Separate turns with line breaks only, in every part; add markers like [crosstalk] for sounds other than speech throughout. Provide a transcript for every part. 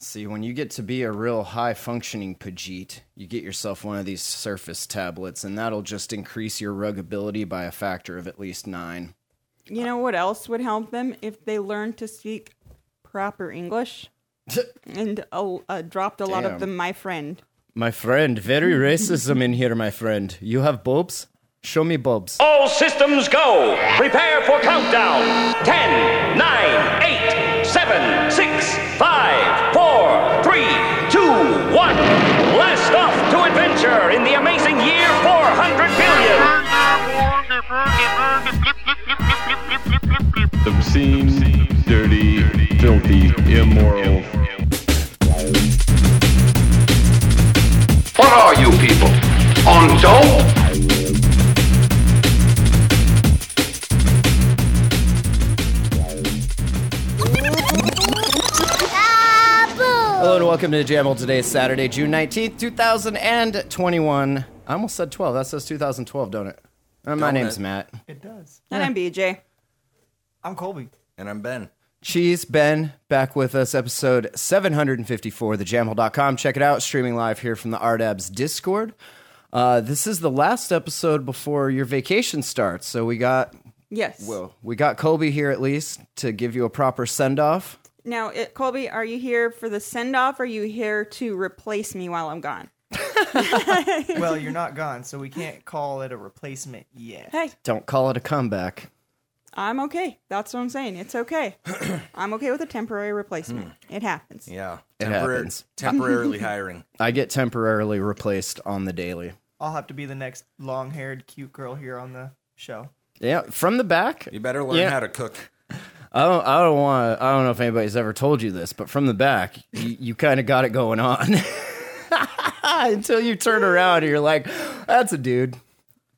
See, when you get to be a real high functioning Pajit, you get yourself one of these surface tablets, and that'll just increase your ruggability by a factor of at least nine.
You know what else would help them if they learned to speak
[laughs]
proper English? and uh, uh, dropped a lot
Damn.
of the my friend.
My friend, very racism in here, my friend. You have bulbs? Show me bulbs.
All systems go. Prepare for countdown. 10, 9, 8, 7, 6, 5, 4, 3, 2, 1. Blast off to adventure in the amazing year 400 billion.
obscene, dirty, filthy, immoral.
What are you people? On dope?
Hello and welcome to Jamel. Today is Saturday, June 19th, 2021. I almost said 12. That says 2012, don't it? Uh, my name's
it?
Matt.
It does.
And I'm BJ.
I'm Colby. And I'm Ben.
Cheese Ben back with us, episode 754, thejamhole.com. Check it out, streaming live here from the RDABs Discord. Uh, this is the last episode before your vacation starts, so we got
Yes.
well, we got Colby here at least to give you a proper send off.
Now, it, Colby, are you here for the send off? Are you here to replace me while I'm gone?
Well, you're not gone, so we can't call it a replacement yet.
Hey,
Don't call it a comeback.
I'm okay. That's what I'm saying.
[coughs]
It's okay. I'm okay with a temporary replacement.
Hmm.
It happens.
Yeah.
It
Temporar-
happens.
Temporarily hiring.
I get temporarily replaced on the daily.
I'll have to be the next long haired cute girl here on the show.
Yeah, from the back.
You better learn
Yeah.
how to cook.
I don't. I don't want. I don't know if anybody's ever told you this, but from the back, you, you kind of got it going on [laughs] until you turn around and you're like, "That's a dude."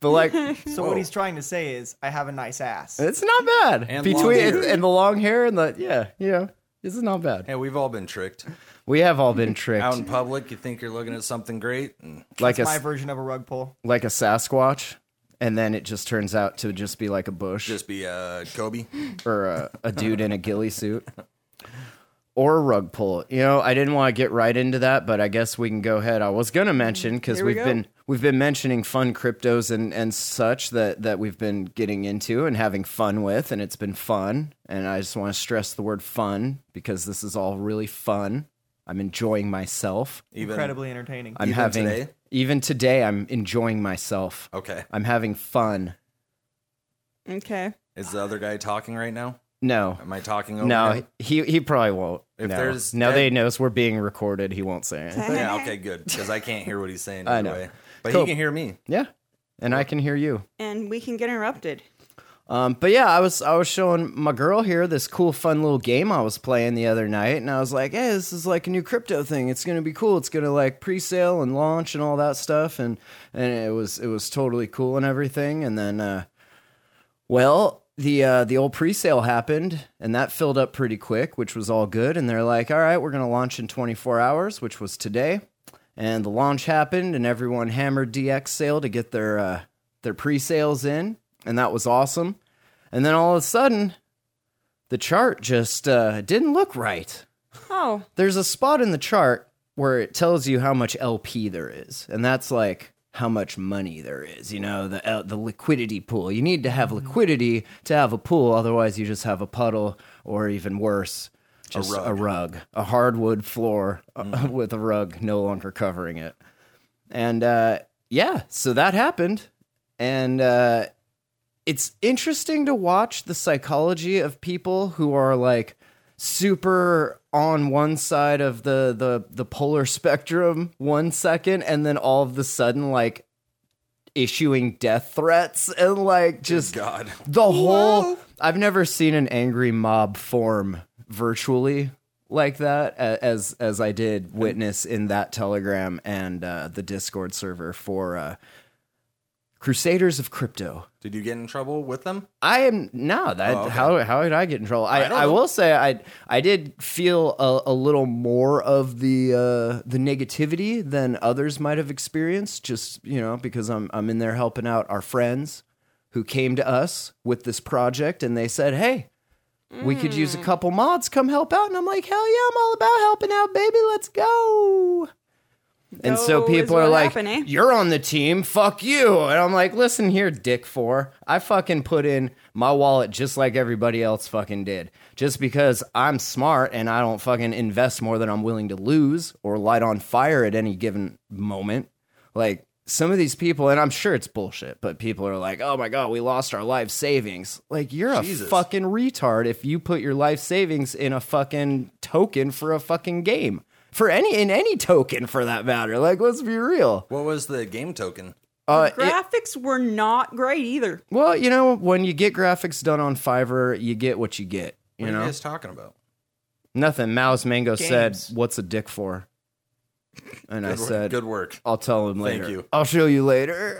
But like,
[laughs] So what he's trying to say is I have a nice
[laughs]
ass.
it's not bad.
And long
Between
hair.
and the long hair and the yeah, you know, this is not bad.
Hey, we've all been tricked.
We have
[laughs]
all been tricked,
Out in public, you think you're looking at something great. And
like a
My
s-
version of a rug pull.
like a Sasquatch, and then it just turns out to just be like a bush
just be uh, Kobe.
or a, a dude in a ghillie suit. Or a rug pull. You know, I didn't want to get right into that, but I guess we can go ahead. I was gonna mention because
Here we
we've
go.
been we've been mentioning fun cryptos and, and such that, that we've been getting into and having fun with, and it's been fun. And I just want to stress the word fun because this is all really fun. I'm enjoying myself.
Even,
Incredibly entertaining.
I'm
Even
having
today? Oh.
even today I'm enjoying myself.
Okay.
I'm having fun.
Okay.
Is the other guy talking right now?
No.
Am I talking over
No, [laughs]
him?
he he probably won't.
If
no.
there's
no,
dead-
they knows we're being recorded. He won't say anything.
Yeah, okay, good. Because I can't hear what he's saying
[laughs] I
either
know.
way. But
Cool.
he can hear me.
Yeah, and I can hear you.
And we can get interrupted.
Um, but yeah, I was I was showing my girl here this cool, fun little game I was playing the other night, and I was like, "Hey, this is like a new crypto thing. It's gonna be cool. It's gonna like pre-sale and launch and all that stuff." And and it was it was totally cool and everything. And then, uh, well, the uh, the old pre-sale happened, and that filled up pretty quick, which was all good. And they're like, "All right, we're gonna launch in 24 hours," which was today. And the launch happened, and everyone hammered DX sale to get their uh, their pre-sales in, and that was awesome. And then all of a sudden, the chart just uh, didn't look right.
Oh,
There's a spot in the chart where it tells you how much LP there is, and that's like how much money there is. You know, the uh, the liquidity pool. You need to have liquidity to have a pool, otherwise you just have a puddle, or even worse, just a rug, a, hardwood floor uh, [laughs] with a rug no longer covering it. And uh, yeah, so that happened, and. Uh, it's interesting to watch the psychology of people who are like super on one side of the the the polar spectrum one second and then all of the sudden like issuing death threats and like just
God.
the whole I've never seen an angry mob form virtually like that a- as as I did witness in that telegram and uh, the discord server for uh, Crusaders of Crypto.
Did you get in trouble with them?
I am no that
Oh, okay.
how how did I get in trouble? I,
don't
I,
know.
will say I I did feel a, a little more of the uh, the negativity than others might have experienced. Just you know because I'm I'm in there helping out our friends who came to us with this project and they said, hey, We could
Mm.
use a couple mods. Come help out." And I'm like, "Hell yeah! I'm all about helping out, baby. Let's go." And so
Go is
people are
what
like,
happened, eh?
"You're on the team. Fuck you." And I'm like, "Listen here, dick four. I fucking put in my wallet just like everybody else fucking did. Just because I'm smart and I don't fucking invest more than I'm willing to lose or light on fire at any given moment. Like some of these people and I'm sure it's bullshit, but people are like, "Oh my god, we lost our life savings." Like you're a
Jesus.
fucking retard if you put your life savings in a fucking token for a fucking game. For any in any token for that matter. Like let's be real.
What was the game token?
Uh, it-
Graphics were not great either.
well, you know, when you get graphics done on Fiverr, you get what you get, you
What are
know.
you guys talking about?
Nothing. Mao's Mango
Games.
said, "What's a dick for?" And I
Good work.
said,
Good work.
"I'll tell him
Thank
later.
you.
I'll show you later."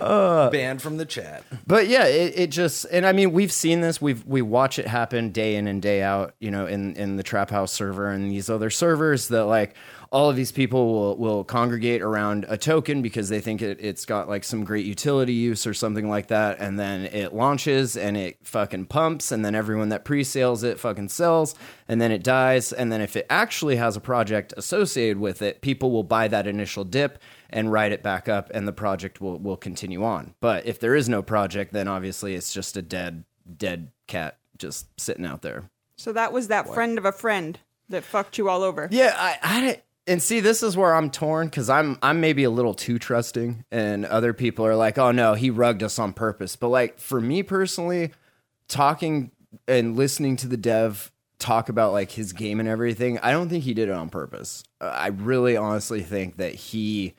uh,
Banned from the chat.
but yeah, it, it just and I mean we've seen this. We've we watch it happen day in and day out. You know, in in the Trap House server and these other servers that like all of these people will will congregate around a token because they think it, it's got like some great utility use or something like that, and then it launches and it fucking pumps, and then everyone that pre-sales it fucking sells, and then it dies, and then if it actually has a project associated with it, people will buy that initial dip and write it back up and the project will, will continue on. But if there is no project, then obviously it's just a dead, dead cat just sitting out there.
So that was that friend of a friend that fucked you all over.
Yeah, I, I didn't- and see this is where I'm torn because I'm I'm maybe a little too trusting and other people are like, oh no, he rugged us on purpose. But like for me personally, talking and listening to the dev talk about like his game and everything, I don't think he did it on purpose. Uh, I really honestly think that he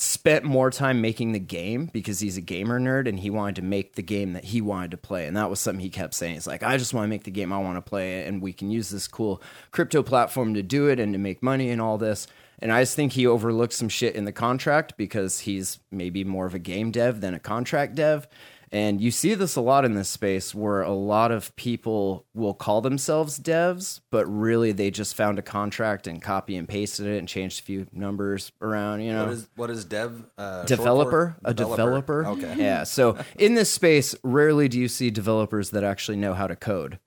spent more time making the game because he's a gamer nerd and he wanted to make the game that he wanted to play. And that was something he kept saying. He's like, I just want to make the game I want to play, and we can use this cool crypto platform to do it and to make money and all this. And I just think he overlooked some shit in the contract because he's maybe more of a game dev than a contract dev. And you see this a lot in this space where a lot of people will call themselves devs, but really they just found a contract and copy and pasted it and changed a few numbers around, you know
What is what is dev? Uh, short for?
developer, a developer.
Okay.
Yeah. So in this space, rarely do you see developers that actually know how to code.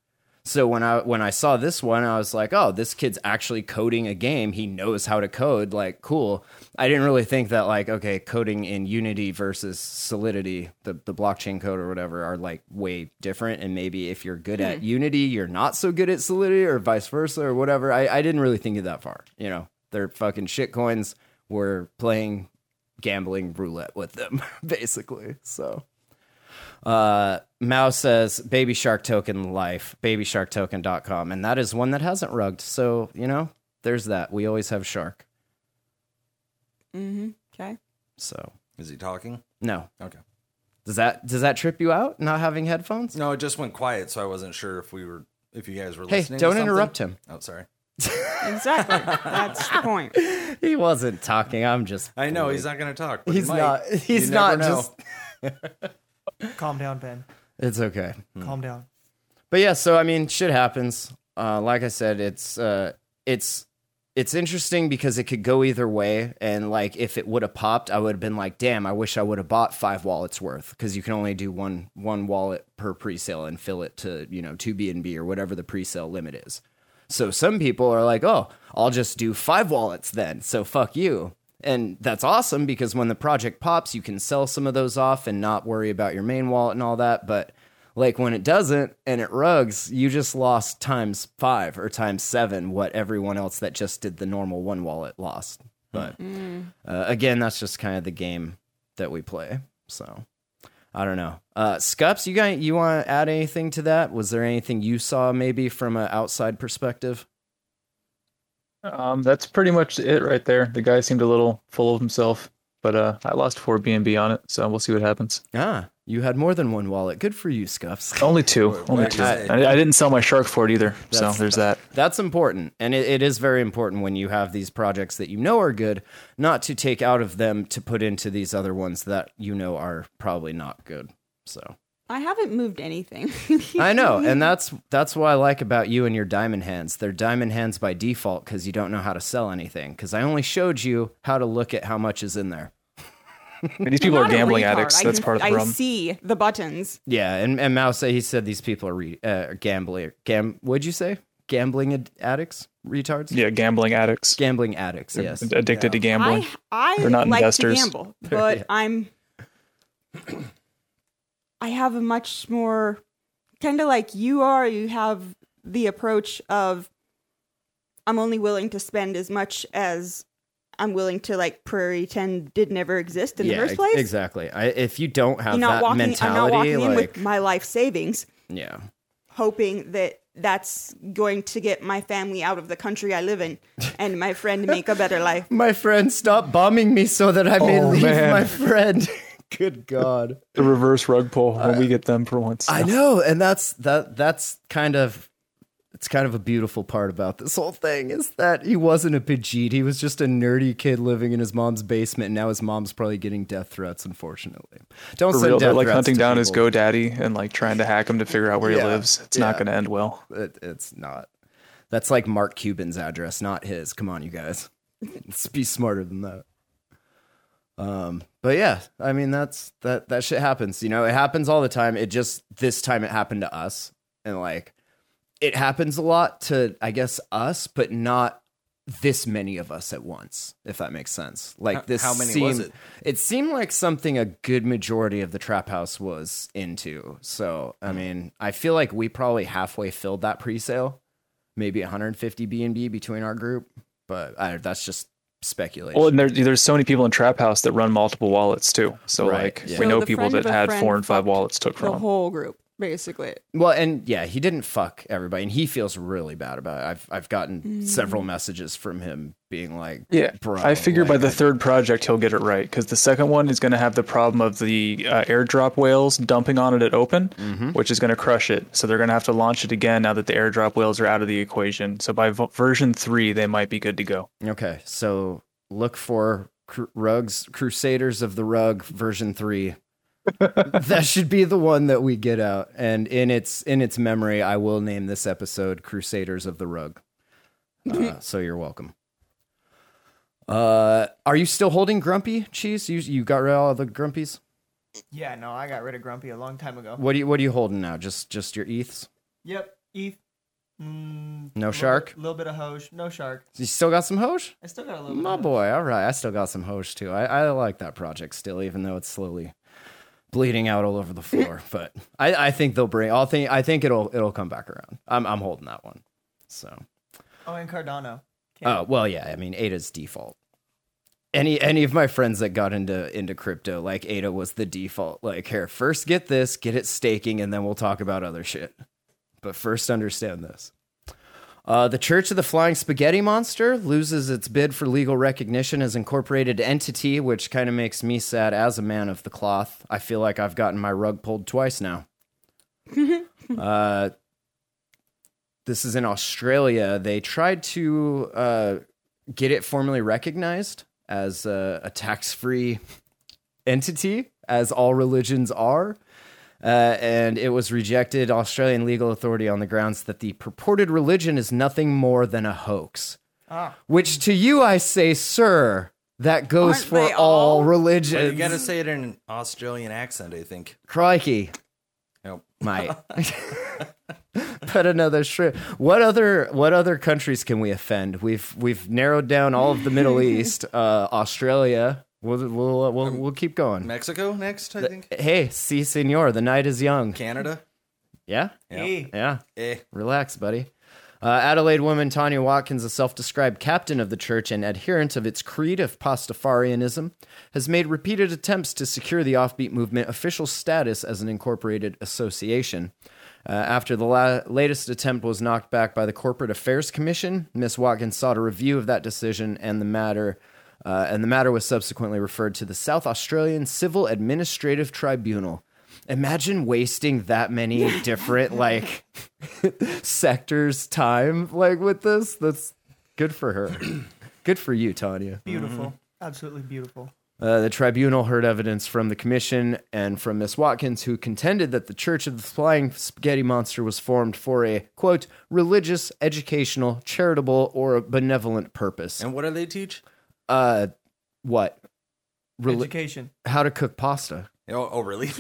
So when I when I saw this one, I was like, "Oh, this kid's actually coding a game. He knows how to code. Like, cool." I didn't really think that like, okay, coding in Unity versus Solidity, the the blockchain code or whatever, are like way different. And maybe if you're good at Unity, you're not so good at Solidity, or vice versa, or whatever. I, I didn't really think it that far. You know, they're fucking shit coins. We're playing gambling roulette with them, [laughs] basically. So, uh, Mao says Baby Shark Token Life, babysharktoken.com. And that is one that hasn't rugged. So, you know, there's that. We always have shark.
Okay.
So,
Is he talking?
no.
Okay.
Does that does that trip you out not having headphones?
No, it just went quiet, so I wasn't sure if we were if you guys were
Hey,
listening. to
don't
something.
interrupt him.
Oh, sorry.
Exactly. That's the point.
[laughs] He wasn't talking. I'm just
I know he's not going to talk. But he
He's
might.
not he's
You
not
never know.
just
Calm down, Ben.
It's okay.
Calm down.
But yeah, so I mean, shit happens. Uh, like I said, it's uh, it's it's interesting because it could go either way. And like, if it would have popped, I would have been like, "Damn, I wish I would have bought five wallets worth," because you can only do one one wallet per presale and fill it to you know two BNB or whatever the presale limit is. So some people are like, "Oh, I'll just do five wallets then." So fuck you. And that's awesome because when the project pops, you can sell some of those off and not worry about your main wallet and all that. But like when it doesn't and it rugs, you just lost times five or times seven what everyone else that just did the normal one wallet lost. But uh, again, that's just kind of the game that we play. So I don't know. Uh, Scups, you got you want to add anything to that? Was there anything you saw maybe from an outside perspective?
Um, that's pretty much it right there. The guy seemed a little full of himself, but uh, I lost four BNB on it, so we'll see what happens.
Ah, you had more than one wallet. Good for you, Scups.
Only two,
What-
only
what
two.
did you say?
I, I didn't sell my shark for it either, so
That's-
there's [laughs] that.
[laughs] That's important. And it, it is very important when you have these projects that you know are good, not to take out of them to put into these other ones that you know are probably not good. So
I haven't moved anything. [laughs]
I know. [laughs] And that's that's what I like about you and your diamond hands. They're diamond hands by default because you don't know how to sell anything. Because I only showed you how to look at how much is in there.
These people are
Not a
gambling
retard.
addicts.
I
That's
can-
part of the problem.
I see the buttons.
Yeah, and and Mao said he said these people are re- uh, gambling. Gam, what'd you say? Gambling ad- addicts, retards.
Yeah, gambling addicts.
Gambling addicts. Yes.
Addicted to gambling.
I I
They're not
like
investors.
to
[laughs]
gamble, but
yeah.
I'm I have a much more kind of like you are. You have the approach of I'm only willing to spend as much as I'm willing to like pretend did never exist in
yeah,
the first
ex-
place.
exactly. I, if you don't have
You're not
that
walking. I'm not
mentality,
walking
like
in with my life savings,
yeah,
hoping that that's going to get my family out of the country I live
[laughs]
in and my friend make a better life.
my friend, stop bombing me so that I may
Oh,
leave
man.
my friend. [laughs] Good God.
the reverse rug pull when
Uh,
we get them for once.
I know, and that's that. That's kind of it's kind of a beautiful part about this whole thing is that he wasn't a Pajit. He was just a nerdy kid living in his mom's basement. And now his mom's probably getting death threats. Unfortunately, don't
For
send
real,
death
they're like
threats
hunting
to
down his
people.
GoDaddy and like trying to hack him to figure out where
Yeah,
he lives. It's
yeah.
not going to end well.
It, it's not. That's like Mark Cuban's address, not his. Come on, you guys. Let's [laughs] be smarter than that. Um, but yeah, I mean that's that that shit happens. You know, it happens all the time. It just this time it happened to us, and like it happens a lot to I guess us, but not this many of us at once. If that makes sense. Like
How-
this.
how many
seemed,
was it?
It seemed like something a good majority of the trap house was into. So
Hmm.
I mean, I feel like we probably halfway filled that pre-sale maybe 150 B&B between our group, but I, that's just speculation.
Well, and there, there's so many people in Trap House that run multiple wallets too. So
Right,
like
yeah.
we
So
know
the
people
friend
that
of a
had
friend
four and five
fucked
wallets took from
the
'em.
whole group basically
Well, and yeah, he didn't fuck everybody, and he feels really bad about it. I've I've gotten several messages from him being like,
Yeah,
bro."
I figure by
like,
the
I-
third project he'll get it right because the second one is going to have the problem of the uh, airdrop whales dumping on it at open, which is going to crush it. So they're going to have to launch it again now that the airdrop whales are out of the equation. So by v- version three, they might be good to go.
Okay, so look for Cru- Rugs Crusaders of the Rug version three. that should be the one that we get out, and in its in its memory, I will name this episode "Crusaders of the Rug." Uh, so you're welcome. Uh, are you still holding Grumpy Cheese? You you got rid of all the Grumpies.
Yeah, no, I got rid of Grumpy a long time ago.
What do you what are you holding now? Just just your ETHs.
Yep, ETH. Mm,
No
little
shark?
A little bit of Hoge. No shark.
You still got some Hosh?
I still got a little bit.
My
of Hoge.
boy, all right. I still got some Hosh too. I, I like that project still, even though it's slowly bleeding out all over the floor. but I, I think they'll bring. I'll think. I think it'll it'll come back around. I'm I'm holding that one. So
Oh, and Cardano.
oh well, yeah. I mean, Ada's default. Any any of my friends that got into into crypto, like Ada was the default. Like here, first get this, get it staking, and then we'll talk about other shit. But first, understand this. Uh, the Church of the Flying Spaghetti Monster loses its bid for legal recognition as incorporated entity, which kind of makes me sad as a man of the cloth. I feel like I've gotten my rug pulled twice now. uh, this is in Australia. They tried to uh, get it formally recognized as a, a tax free entity, as all religions are uh, and it was rejected Australian legal authority on the grounds that the purported religion is nothing more than a hoax.
Ah.
Which to you I say, sir, that goes
Aren't
for
they
all,
all?
But you
religions.
gotta say it in an Australian accent, I think.
Crikey,
Nope.
mate. Put another shrimp. What other what other countries can we offend? We've we've narrowed down all of the Middle East, uh, Australia. We'll we'll, we'll we'll keep going.
Mexico next, I think.
Hey, si senor, the night is young.
Canada.
Yeah,
Hey,
yeah.
Eh.
Relax, buddy. Uh, Adelaide woman Tanya Watkins, a self described captain of the church and adherent of its creed of Pastafarianism, has made repeated attempts to secure the offbeat movement official status as an incorporated association. Uh, after the la- latest attempt was knocked back by the Corporate Affairs Commission, Ms. Watkins sought a review of that decision and the matter. Uh, and the matter was subsequently referred to the South Australian Civil Administrative Tribunal. Imagine wasting that many different like sector's time like with this. That's good for her. [clears throat] good for you, Tanya.
beautiful. Absolutely beautiful.
Uh, the tribunal heard evidence from the commission and from Miss Watkins, who contended that the Church of the Flying Spaghetti Monster was formed for a quote religious, educational, charitable, or benevolent purpose.
And what do they teach?
Uh, what rela-
Education.
how to cook pasta.
Oh, oh really? [laughs]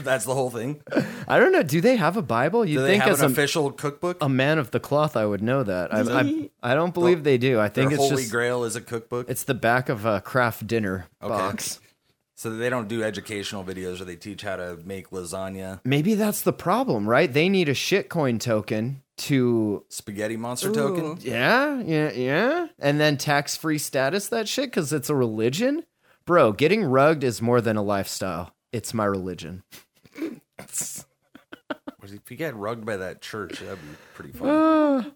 That's the whole thing.
I don't know. Do they have a Bible? You
Do they
think
have
as
an
a,
official cookbook?
a man of the cloth, I would know that. I, I, I don't believe they do. I
Their
think it's
Holy
just
Grail is a cookbook.
it's the back of a craft dinner
Okay.
box.
so they don't do educational videos where they teach how to make lasagna,
Maybe that's the problem, right? They need a shitcoin token to
spaghetti monster token.
Ooh.
yeah, yeah, yeah, and then tax-free status that shit because it's a religion, bro. Getting rugged is more than a lifestyle. It's my religion.
If you get rugged by that church, that'd be pretty
Uh.
funny.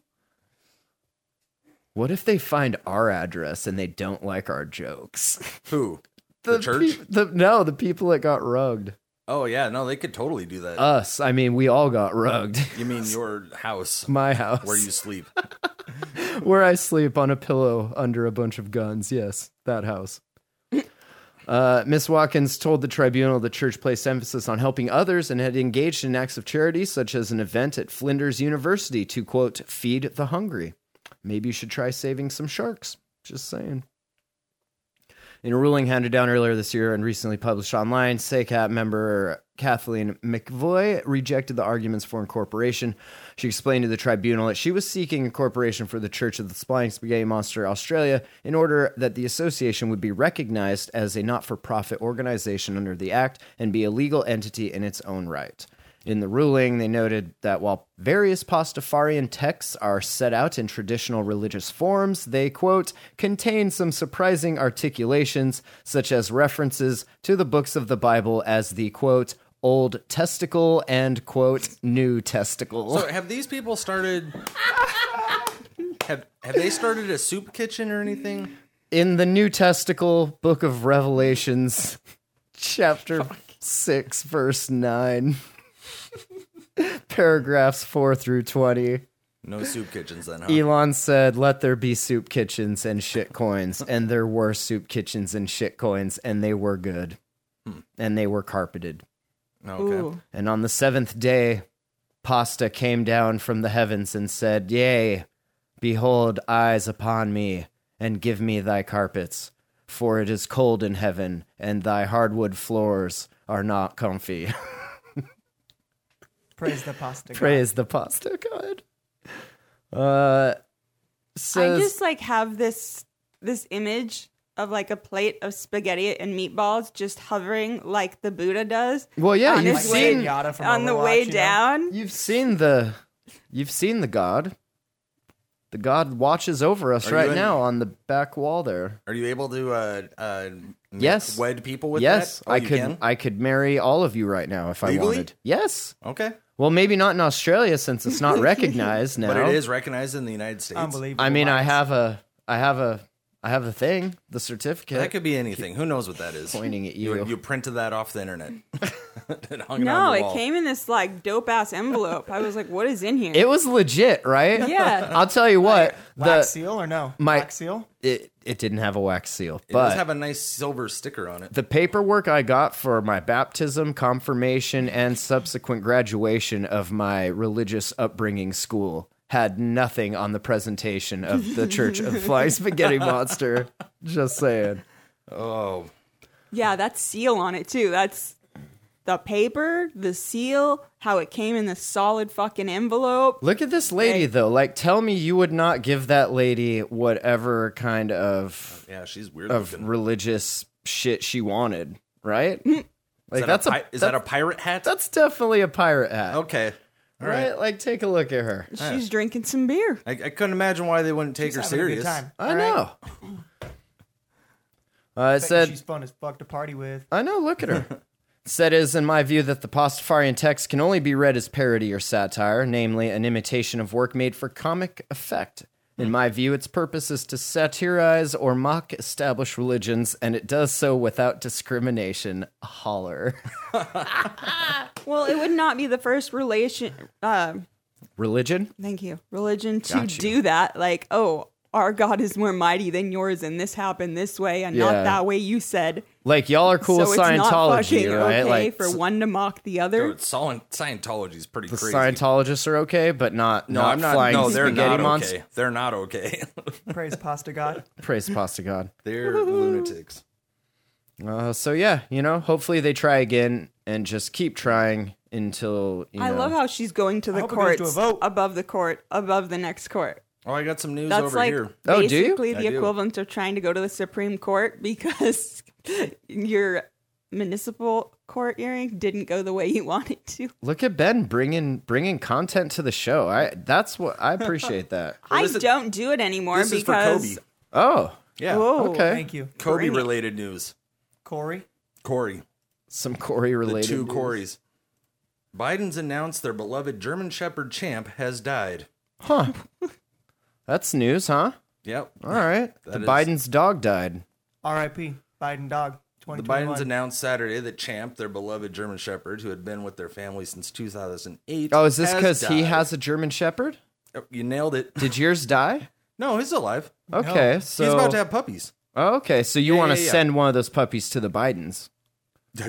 What if they find our address and they don't like
[laughs]
our jokes?
Who? The, church?
peop- the, no, the people that got rugged.
oh yeah, no, they could totally do that.
Us. I mean, we all got rugged. [laughs]
you mean your house
My house.
where you sleep?
where I sleep on a pillow under a bunch of guns. Yes, that house. Uh, Miss Watkins told the tribunal the church placed emphasis on helping others and had engaged in acts of charity, such as an event at Flinders University to quote feed the hungry. Maybe you should try saving some sharks. Just saying. In a ruling handed down earlier this year and recently published online, SACAP member Kathleen McVoy rejected the arguments for incorporation. She explained to the tribunal that she was seeking incorporation for the Church of the Flying Spaghetti Monster Australia in order that the association would be recognized as a not for profit organization under the Act and be a legal entity in its own right. In the ruling, they noted that while various Pastafarian texts are set out in traditional religious forms, they, quote, contain some surprising articulations, such as references to the books of the Bible as the, quote, Old testicle and quote new testicle.
So have these people started? Have have they started a soup kitchen or anything?
in the new testicle book of Revelations, chapter six, verse nine, [laughs] paragraphs four through twenty.
No soup kitchens then, huh?
Elon said, "Let there be soup kitchens and shit coins," and there were soup kitchens and shit coins, and they were good, and they were carpeted.
Okay.
Ooh.
And on the seventh day, Pasta came down from the heavens and said, Yea, behold, eyes upon me, and give me thy carpets, for it is cold in heaven, and thy hardwood floors are not comfy. [laughs]
Praise the pasta. God.
Praise the pasta god. Uh,
I
says,
just like have this this image of like a plate of spaghetti and meatballs just hovering like the Buddha does
well, yeah,
on
you've
his
Like
way-
seen,
Zenyatta from
on the
Overwatch,
way
you know?
down.
you've seen the, you've seen the god. The god watches over us
Are you
right
in-
now on the back wall there.
Are you able to uh uh make-
Yes.
wed people with
yes,
that? Oh,
I
you
could.
can?
I could marry all of you right now if I
Legally?
wanted. Yes.
okay.
Well, maybe not in Australia since
[laughs]
it's not recognized now.
But it is recognized in the United States.
Unbelievable.
I mean, I
lies.
have a, I have a, I have a thing, the certificate.
That could be anything. Who knows what that is?
Pointing at you.
You, printed that off the
[laughs]
internet. [laughs] it hung
No,
on
it came in this like dope ass envelope. I was like, what is in here?
it was legit, right?
yeah.
I'll tell you what.
wax
The
seal or no?
my-
wax seal.
it, it didn't have a wax seal,
It
but
does have a nice silver sticker on it.
the paperwork I got for my baptism, confirmation, and subsequent graduation of my religious upbringing school had nothing on the presentation of the Church of the Flying Spaghetti Monster. Just saying.
Oh,
Yeah, that seal on it too. That's the paper, the seal, how it came in the solid fucking envelope.
Look at this lady, though. Like, tell me you would not give that lady whatever kind of
yeah, she's weird.
of
looking.
religious shit she wanted, right? Like
Is that
that's
a,
a,
pi- is that a pirate hat?
that's definitely a pirate hat,
okay. All
right?
right.
Like, take a look at her.
She's drinking some beer.
I, I couldn't imagine why they wouldn't take her
Having a good
serious.
time.
I know. Uh, it
Bet
said,
she's fun as fuck to
[laughs]
party with.
I know, look
[laughs]
at her. It said, it is in my view that the Pastafarian text can only be read as parody or satire, namely an imitation of work made for comic effect. In my view, its purpose is to satirize or mock established religions, and it does so without discrimination. Holler. [laughs]
Well, it would not be the first relation. Uh,
Religion?
thank you, religion to
Got you.
do that. Like, oh, our God is more mighty than yours, and this happened this way and
Yeah.
not that way. You said
Like, y'all are cool
so.
with
it's not
Scientology,
fucking
right?
okay
like,
for one to mock the other.
Dude, Scien- Scientology is pretty
the
crazy.
Scientologists are okay, but not,
no,
not
I'm not.
flying
No, they're
spaghetti
not
monsters.
okay. They're not okay. [laughs]
[laughs]
Praise pasta god.
Praise pasta God.
they're lunatics.
Uh, so yeah, you know, hopefully they try again and just keep trying until you
I
know.
love how she's going to the
hope it goes to a
courts
vote.
above the court, above the next court.
Oh, I got some news
That's
over
like
here.
Oh, do you?
basically
I
the
do.
equivalent of trying to go to the Supreme Court because [laughs] your municipal court hearing didn't go the way you wanted to.
Look at Ben bringing bringing content to the show. I that's what I appreciate
[laughs]
that.
I
this is-
don't do it anymore
This is for
because
Kobe.
Oh,
Yeah.
Whoa.
okay.
Thank you,
Kobe related news.
Corey.
Corey.
Some Corey
The
related.
two
news.
Corys. Biden's announced their beloved German Shepherd champ has died.
Huh. That's news, huh?
Yep.
All right. the
That is-
Biden's dog died.
R.I.P. Biden dog.
The
2021.
Bidens announced Saturday that Champ, their beloved German Shepherd, who had been with their family since 2008,
Oh, is this
has
because he
died.
has a German Shepherd?
Oh, You nailed it.
Did yours die?
[laughs] No, he's alive.
Okay, so
he's about to have puppies.
Oh, okay, so you
Yeah,
want to
yeah, yeah.
send one of those puppies to the Bidens?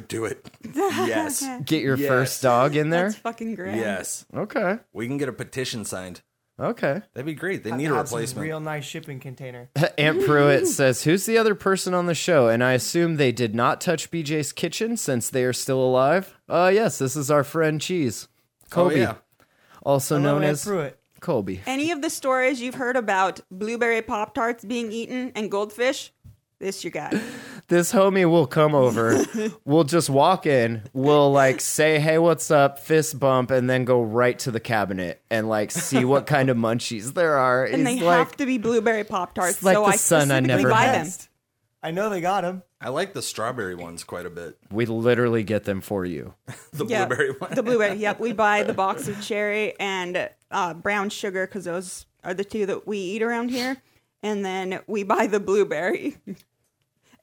Do
[laughs]
it. yes.
Get your
Yes.
first dog in there.
That's fucking grand.
Yes.
Okay,
We can get a petition signed.
okay.
That'd be great. They need a
Have some
replacement.
Real nice shipping container.
[laughs] Aunt Pruitt says, "Who's the other person on the show?" And I assume they did not touch BJ's kitchen since they are still alive. Uh yes, this is our friend Cheese,
oh,
Kobe,
yeah.
also
Hello,
known
Ed
as
Pruitt.
Colby.
Any of the stories you've heard about blueberry Pop Tarts being eaten and goldfish, this you got.
this homie will come over. we'll just walk in. We'll like say, "Hey, what's up?" Fist bump, and then go right to the cabinet and like see what kind of [laughs] munchies there are.
And
He's
they
like,
have to be blueberry Pop Tarts,
it's like
so
the
I
son I
specifically
never
buy
had.
them.
I know they got him.
I like the strawberry ones quite a bit. [laughs]
"We literally get them for you."
The
Yeah,
blueberry one.
[laughs]
The blueberry. Yep, we buy the box of cherry and uh, brown sugar because those are the two that we eat around here. And then we buy the blueberry.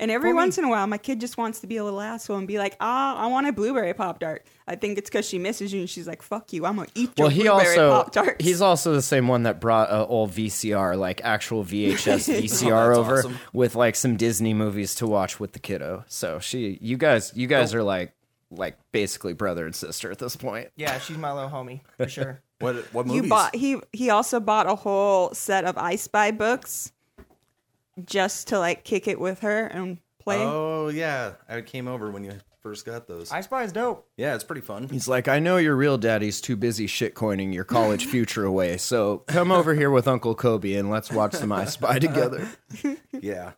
And every once in a while, my kid just wants to be a little asshole and be like, "Ah, I want a blueberry pop tart." I think it's because she misses you and she's like, "Fuck you, I'm gonna eat your
Well, he
blueberry
also
pop tart."
he's also the same one that brought uh, a old VCR, like actual [laughs] VHS VCR, over
awesome.
with like some Disney movies to watch with the kiddo. So she, you guys, you guys are like like basically brother and sister at this point.
Yeah, she's my little homie
[laughs]
for sure.
What, what
you
movies?
bought he he also bought a whole set of I Spy books just to like kick it with her and play.
Oh, yeah. I came over when you first got those.
I Spy is dope.
yeah, it's pretty fun.
[laughs] He's like, I know your real daddy's too busy shitcoining your [laughs] college future away, so come over here with Uncle Kobe and let's watch some I Spy together.
Yeah.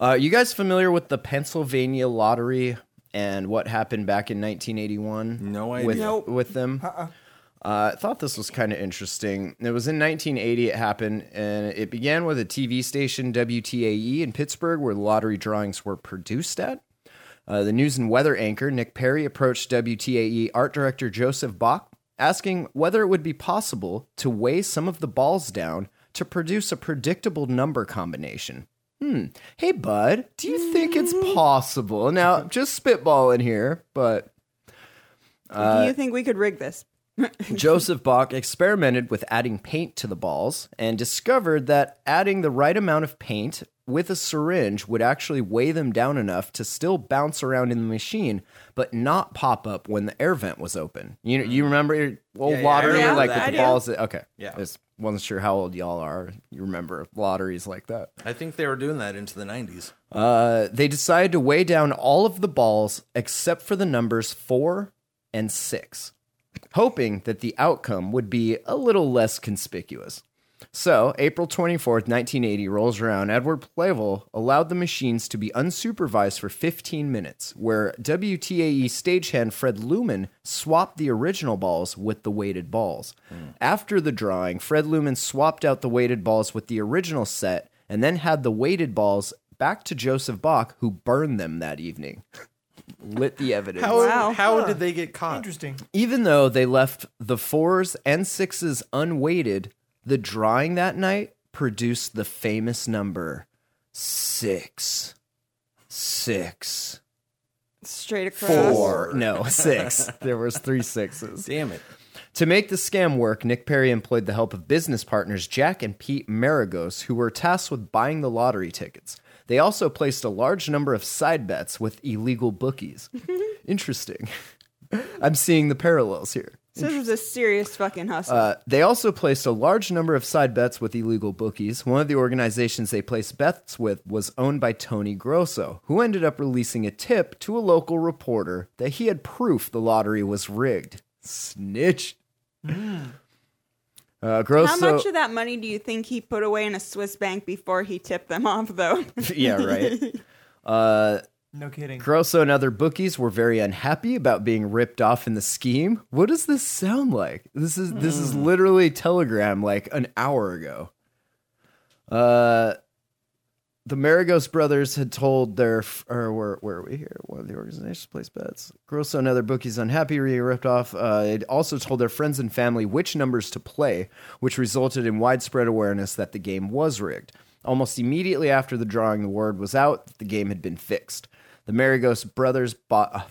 Uh, you guys familiar with the Pennsylvania lottery and what happened back in 1981?
No idea.
With,
Nope.
with them? Uh-uh. I thought this was kind of interesting. It was in 1980 it happened, and it began with a TV station, WTAE, E, in Pittsburgh, where lottery drawings were produced at. Uh, the news and weather anchor, Nick Perry, approached WTAE E art director Joseph Bach, asking whether it would be possible to weigh some of the balls down to produce a predictable number combination. Hmm. Hey, bud, do you think it's
Mm.
possible?
[laughs]
Now, just spitballing here, but
Do
Uh,
you think we could rig this?
Joseph Bach experimented with adding paint to the balls and discovered that adding the right amount of paint with a syringe would actually weigh them down enough to still bounce around in the machine, but not pop up when the air vent was open. You you remember your old
Mm. yeah, I
lottery,
remember
like
that.
with
I
the
do.
balls? That, okay,
Yeah.
I just wasn't sure how old y'all are. You remember lotteries like that?
I think they were doing that into the 90s.
Uh, they decided to weigh down all of the balls except for the numbers four and six, hoping that the outcome would be a little less conspicuous. So, April 24th, 1980 rolls around. Edward Plevel allowed the machines to be unsupervised for 15 minutes, where WTAE E stagehand Fred Lumen swapped the original balls with the weighted balls. After the drawing, Fred Lumen swapped out the weighted balls with the original set and then had the weighted balls back to Joseph Bach, who burned them that evening. [laughs] Lit the evidence.
How,
Wow.
how did they get caught?
Interesting.
Even though they left the fours and sixes unweighted, the drawing that night produced the famous number six. Six.
Straight across.
Four. No, [laughs] six. there was three sixes.
Damn it.
To make the scam work, Nick Perry employed the help of business partners Jack and Pete Maragos, who were tasked with buying the lottery tickets. They also placed a large number of
[laughs]
side bets with illegal bookies. Interesting. I'm seeing the parallels here.
So this is a serious fucking hustle.
Uh, they also placed a large number of side bets with illegal bookies. One of the organizations they placed bets with was owned by Tony Grosso, who ended up releasing a tip to a local reporter that he had proof the lottery was rigged. Snitch. Uh, Grosso.
Mm. How much of that money do you think he put away in a Swiss bank before he tipped them off, though? [laughs]
[laughs] yeah, right. Uh,
No kidding.
Grosso and other bookies were very unhappy about being ripped off in the scheme. What does this sound like? This is this is
Mm.
literally Telegram like an hour ago. Uh the Maragos brothers had told their f- or where, where are we here? One of the organizations placed bets. Grosso and other bookies unhappy were ripped off. Uh, it also told their friends and family which numbers to play, which resulted in widespread awareness that the game was rigged. Almost immediately after the drawing, the word was out that the game had been fixed. The Maragos brothers bought uh,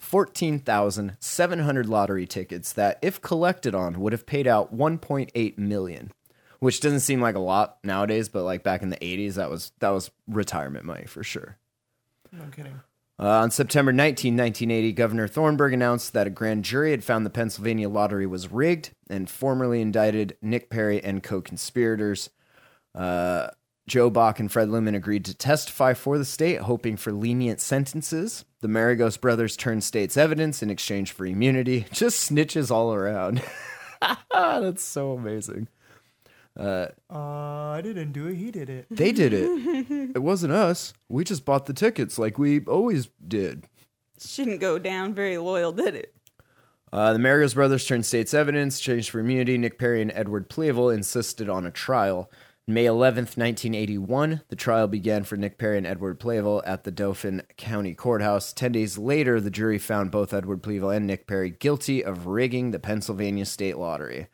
14,700 lottery tickets that, if collected on, would have paid out 1.8 million which doesn't seem like a lot nowadays, but like back in the 80s, that was that was retirement money for sure.
No kidding.
Uh, on September 19, 1980, Governor Thornburg announced that a grand jury had found the Pennsylvania lottery was rigged and formally indicted Nick Perry and co conspirators. Uh, Joe Bach and Fred Lumen agreed to testify for the state, hoping for lenient sentences. The Maragos brothers turned state's evidence in exchange for immunity. [laughs] Just snitches all around. [laughs] That's so amazing.
Uh, I didn't do it. He did it.
They did it. it wasn't us. We just bought the tickets like we always did.
Shouldn't go down very loyal, did it?
Uh, the Maragos brothers turned state's evidence, changed for immunity. Nick Perry and Edward Pleavel insisted on a trial. May 11th, 1981, the trial began for Nick Perry and Edward Pleavel at the Dauphin County Courthouse. Ten days later, the jury found both Edward Pleavel and Nick Perry guilty of rigging the Pennsylvania State Lottery.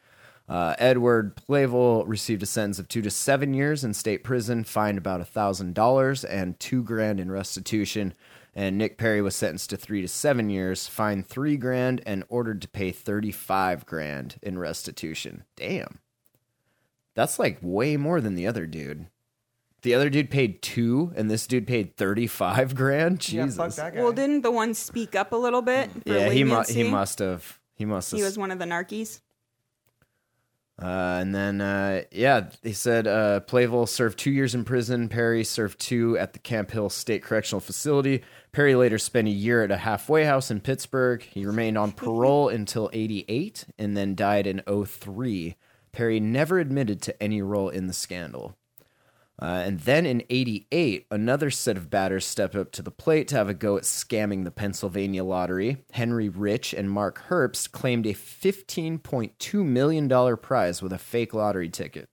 Uh, Edward Plevel received a sentence of two to seven years in state prison, fined about a thousand dollars and two grand in restitution. And Nick Perry was sentenced to three to seven years, fined three grand, and ordered to pay thirty-five grand in restitution. Damn, that's like way more than the other dude. The other dude paid two, and this dude paid thirty-five grand.
Yeah,
Jesus.
fuck that guy.
Well, didn't the one speak up a little bit? For
Yeah, he, mu- he
lenity?
must have. He must have.
He was one of the narkies.
Uh, and then, uh, yeah, he said uh, Playville served two years in prison. Perry served two at the Camp Hill State Correctional Facility. Perry later spent a year at a halfway house in Pittsburgh. He remained on parole [laughs] until 88 and then died in 03. Perry never admitted to any role in the scandal. Uh, and then in 88, another set of batters stepped up to the plate to have a go at scamming the Pennsylvania lottery. Henry Rich and Mark Herbst claimed a $15.2 million prize with a fake lottery ticket.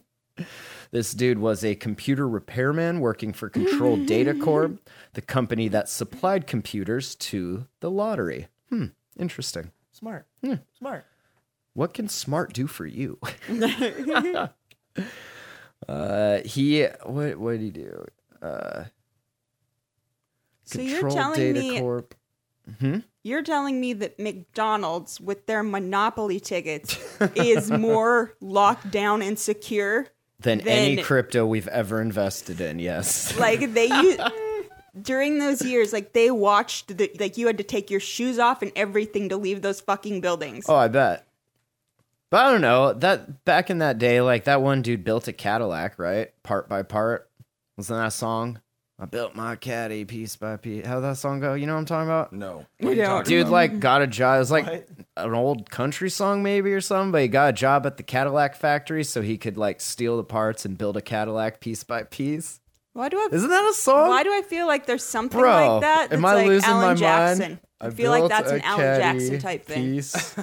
[laughs] this dude was a computer repairman working for Control Data Corp, the company that supplied computers to the lottery. Hmm, interesting.
Smart.
Hmm.
Smart.
What can smart do for
[laughs]
you? uh, he what what did he do? Uh,
So you're
Control
telling
Data
me-
Corp.
You're telling me that McDonald's with their
[laughs]
Monopoly tickets is more locked down and secure?
Than
Then-
any crypto we've ever invested in. Yes.
[laughs] Like they u- [laughs] during those years, like they watched the like you had to take your shoes off and everything to leave those fucking buildings.
Oh, I bet. But I don't know that back in that day, like that one dude built a Cadillac, right? Part by part. Wasn't that a song? I built my caddy piece by piece. How that song go? You know what I'm talking about?
No. What are
Yeah.
you talking
Dude,
about?
like, got a job. It was like
What?
an old country song, maybe, or something, but he got a job at the Cadillac factory so he could, like, steal the parts and build a Cadillac piece by piece.
Why do I
Isn't that a song?
Why do I feel like there's something
Bro,
like that? That's
am I
like
losing
Alan
my
Jackson.
mind?
I, feel like
built
that's
a
an Alan
caddy
Jackson type thing. [laughs]
Piece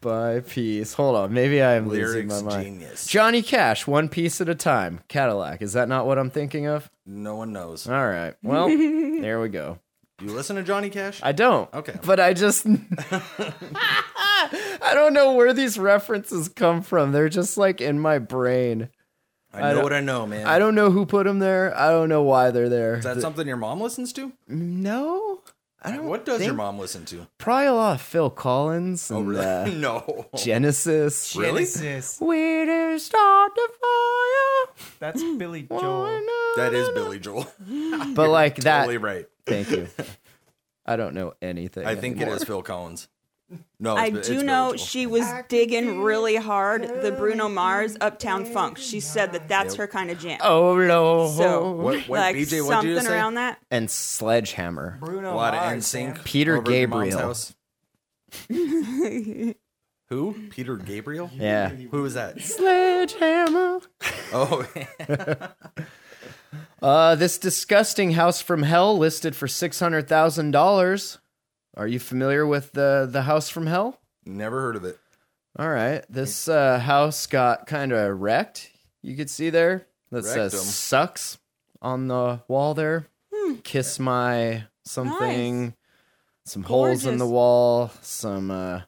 by piece. Hold on. Maybe I am
Lyrics
losing my mind.
genius.
Johnny Cash, one piece at a time. Cadillac. Is that not what I'm thinking of?
No one knows.
All right.
[laughs]
Well, there we go.
You listen to Johnny Cash?
I don't.
Okay.
But I just [laughs] I don't know where these references come from. They're just like in my brain.
I know
don't-
what I know, man.
I don't know who put them there. I don't know why they're there.
Is that something your mom listens to?
no. I don't
What does your
think-
mom Oh, listen to?
probably a lot of Phil Collins and uh,
[laughs] no.
Genesis.
Really?
Genesis.
We do start the fire.
That's
[laughs]
Billy Joel.
That is Billy Joel.
But like that.
Totally right. [laughs]
Thank you. I don't know anything.
I think it
anymore.
is Phil Collins.
No,
I
it's been-
do
it's
know
burial.
she was digging really hard the Bruno Mars Uptown Funk. She said that that's her kind of jam.
Oh no!
so
What- what
like
BJ wanted you to
something
say?
around that.
and sledgehammer.
Bruno
a lot of
Mars, man.
NSYNC.
Peter
over at your mom's
Gabriel.
[laughs]
house.
Who? Peter Gabriel?
Yeah,
Who was that?
sledgehammer.
Oh,
[laughs] Uh, this disgusting house from hell listed for six hundred thousand dollars. Are you familiar with the the house from hell?
Never heard of it.
All right, this uh, house got kind of wrecked. You could see there that says
Wrecked 'em.
"sucks" on the wall there. Kiss my something. Some holes in the
Gorgeous.
wall. Some uh,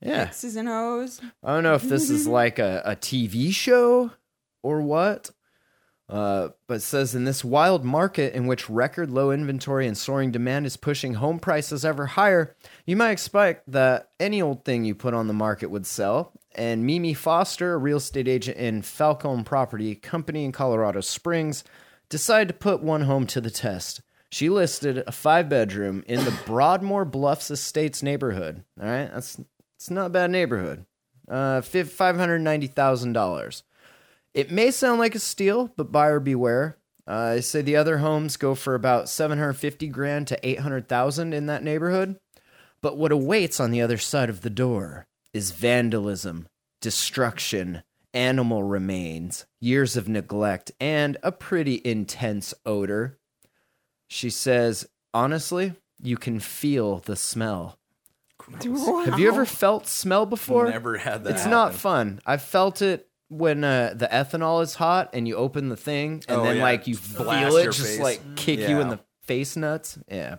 yeah.
X's and O's.
I don't know if this is like a, a TV show or what, uh, but it says in this wild market in which record low inventory and soaring demand is pushing home prices ever higher, you might expect that any old thing you put on the market would sell. And Mimi Foster, a real estate agent in Falcone Property Company in Colorado Springs, decided to put one home to the test. She listed a five bedroom in the Broadmoor Bluffs Estates neighborhood. All right, that's it's not a bad neighborhood uh, fif- $590,000. It may sound like a steal, but buyer beware. Uh, I say the other homes go for about 750 grand to 800,000 in that neighborhood. But what awaits on the other side of the door is vandalism, destruction, animal remains, years of neglect, and a pretty intense odor. She says, honestly, you can feel the smell. Have you ever felt smell before?
Never had that.
It's
happen.
not fun. I felt it when uh, the ethanol is hot and you open the thing and
Oh,
then
yeah.
like you
Blast
feel it
your
just
face.
like kick you in
Yeah.
the face nuts. Yeah.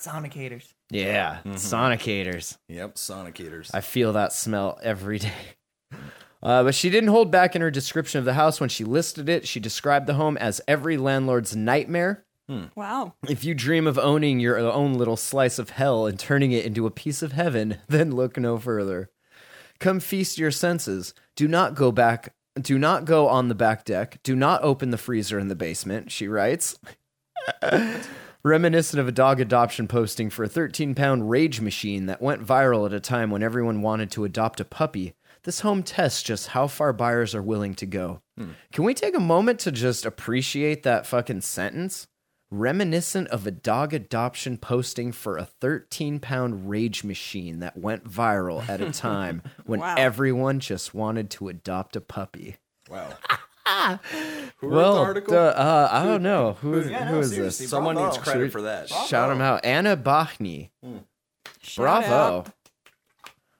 Sonicators.
Yeah.
Mm-hmm.
Sonicators.
Yep, sonicators.
I feel that smell every [laughs] day. Uh, but she didn't hold back in her description of the house when she listed it. She described the home as every landlord's nightmare.
Wow.
If you dream of owning your own little slice of hell and turning it into a piece of heaven, [laughs] then look no further. Come feast your senses. Do not go back. Do not go on the back deck. Do not open the freezer in the basement, she writes. Reminiscent of a dog adoption posting for a 13 pound rage machine that went viral at a time when everyone wanted to adopt a puppy, this home tests just how far buyers are willing to go. Can we take a moment to just appreciate that fucking sentence? reminiscent of a dog adoption posting for a 13 pound rage machine that went viral at a time when
Wow.
everyone just wanted to adopt a puppy.
wow.
well, duh, uh, I don't know. Who, who is
seriously,
this?
Someone
Oh.
needs
Bravo.
credit for that.
Shout him out. Anna Bachny.
Shout out.
Bravo.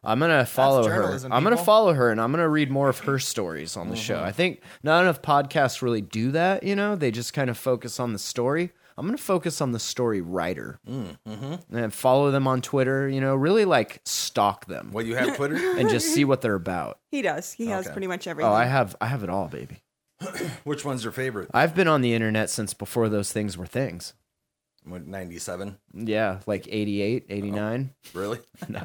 I'm gonna follow her.
journalism,
I'm gonna
people. Mm-hmm.
follow her, and I'm gonna read more of her stories on the show. I think not enough podcasts really do that. You know, they just kind of focus on the story. I'm gonna focus on the story writer
Mm-hmm.
and follow them on Twitter. You know, really like stalk them
Well, you have
[laughs]
Twitter?
and just see what they're about.
He does. He has
Okay.
pretty much everything.
Oh, I have, I have it all, baby.
Which one's your favorite?
I've been on the internet since before those things were things.
What, 97?
Yeah, like 88, 89. [laughs]
Really? No.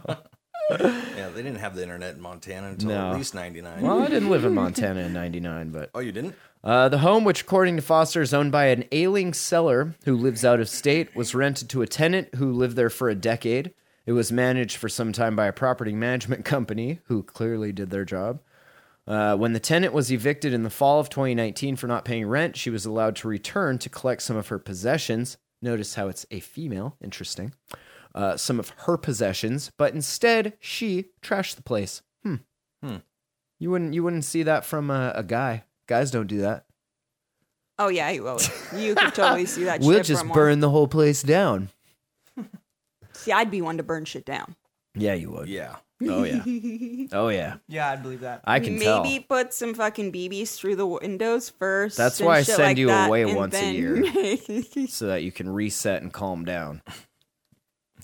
[laughs] yeah, they didn't have the internet in Montana until
No.
at least
Oh.
99.
Well, I didn't live in Montana in '99, but
Oh, you didn't?
Uh, the home, which according to Foster is owned by an ailing seller who lives out of state, was rented to a tenant who lived there for a decade. It was managed for some time by a property management [laughs] company who clearly did their job. Uh, when the tenant was evicted in the fall of 2019 for not paying rent, she was allowed to return to collect some of her possessions. Notice how it's a female, interesting. Uh, some of her possessions, but instead she trashed the place. Hmm. You wouldn't you wouldn't see that from a, a guy. Guys don't do that.
oh yeah, you will. You could totally see
[laughs]
that.
We'll
shit
just
from one.
burn the whole place down.
See, I'd be one to burn shit down.
Yeah, you would.
Yeah.
Oh yeah.
[laughs]
oh yeah.
Yeah, I'd believe that.
I can
Maybe
tell.
put some fucking BBs through the windows first.
That's
and
why I
shit
send
like
you
that,
away
and
once a
then-
year. So that you can reset and calm down.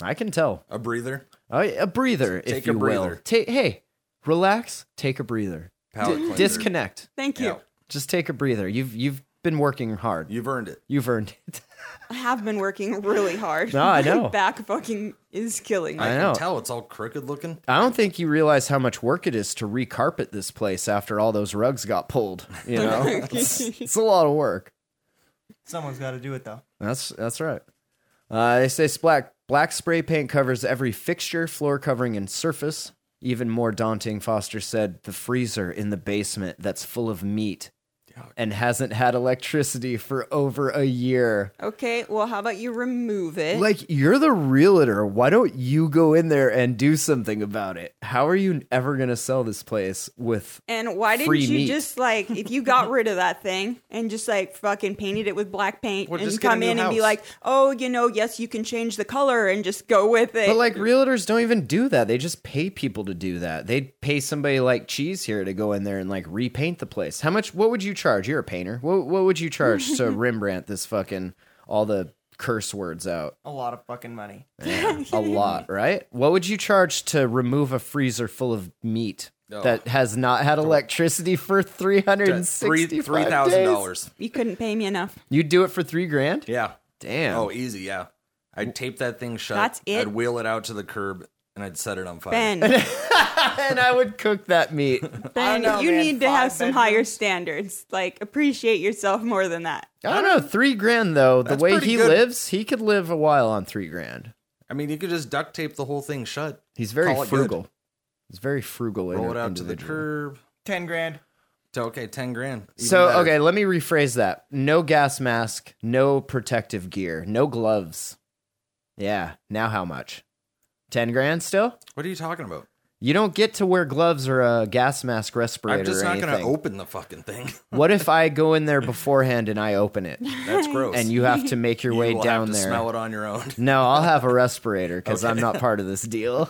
I can tell.
A breather?
Oh, yeah, a breather,
Take
if
a
you will.
breather.
Take hey, relax. Take a breather.
Palate cleanser.
Disconnect.
[laughs] Thank you.
Yeah.
Just take a breather. You've you've been working hard.
You've earned it.
You've earned it. [laughs]
I have been working really hard.
No, I
[laughs] My
know.
back fucking is killing
I
me.
You
know.
can tell it's all crooked looking.
I don't think you realize how much work it is to recarpet this place after all those rugs got pulled.
[laughs]
You know, it's, it's a lot of work.
Someone's got to do it though.
That's that's right. Uh, they say Splack Black spray paint covers every fixture, floor covering, and surface. Even more daunting, Foster said, the freezer in the basement that's full of meat and hasn't had electricity for over a year.
Okay, well, how about you remove it?
Like, you're the realtor. Why don't you go in there and do something about it? How are you ever going to sell this place with.
and why didn't
free
you
meat.
just like if you got rid of that thing and just like fucking painted it with black paint
Well,
and
just get a
come
new
in and be
house.
like, "Oh, you know, yes, you can change the color and just go with it."
But, like, realtors don't even do that. They just pay people to do that. They'd pay somebody like Cheese here to go in there and, like, repaint the place. How much. What would you charge? You're a painter. What, what would you charge to Rembrandt this fucking. all the curse words out?
A lot of fucking money.
a lot, right? What would you charge to remove a freezer full of meat
Oh.
that has not had electricity for three hundred and
Three
sixty
three thousand dollars.
you couldn't pay me enough.
You'd do it for three grand?
Yeah.
Damn.
Oh, easy. Yeah. I'd tape that thing shut.
That's it?
I'd wheel it out to the curb and I'd set it on fire.
Ben,
[laughs]
and I would cook that
[laughs]
meat.
Ben,
know,
you
man,
need to have
five
some
bedrooms?
higher standards. Like appreciate yourself more than that.
I don't know, three grand though. The
That's
way
pretty
he
good.
lives, he could live a while on three grand.
I mean, you could just duct tape the whole thing shut.
He's very
Call it good.
frugal. He's very frugal.
Roll
in-
it out to the
individual.
curb.
Ten grand.
To, okay, ten grand. Even
So
better.
okay, let me rephrase that. No gas mask, no protective gear, no gloves. Yeah. Now how much? Ten grand still?
What are you talking about?
You don't get to wear gloves or a gas mask respirator.
I'm just
or
not going to
anything.
open the
[laughs]
fucking thing.
What if I go in there beforehand and I open
[laughs]
it,
That's gross.
and you have to make your
You
way
will
down
have to
there?
Smell it on
[laughs]
your own.
No, I'll have
[laughs]
a respirator because I'm not part of this deal.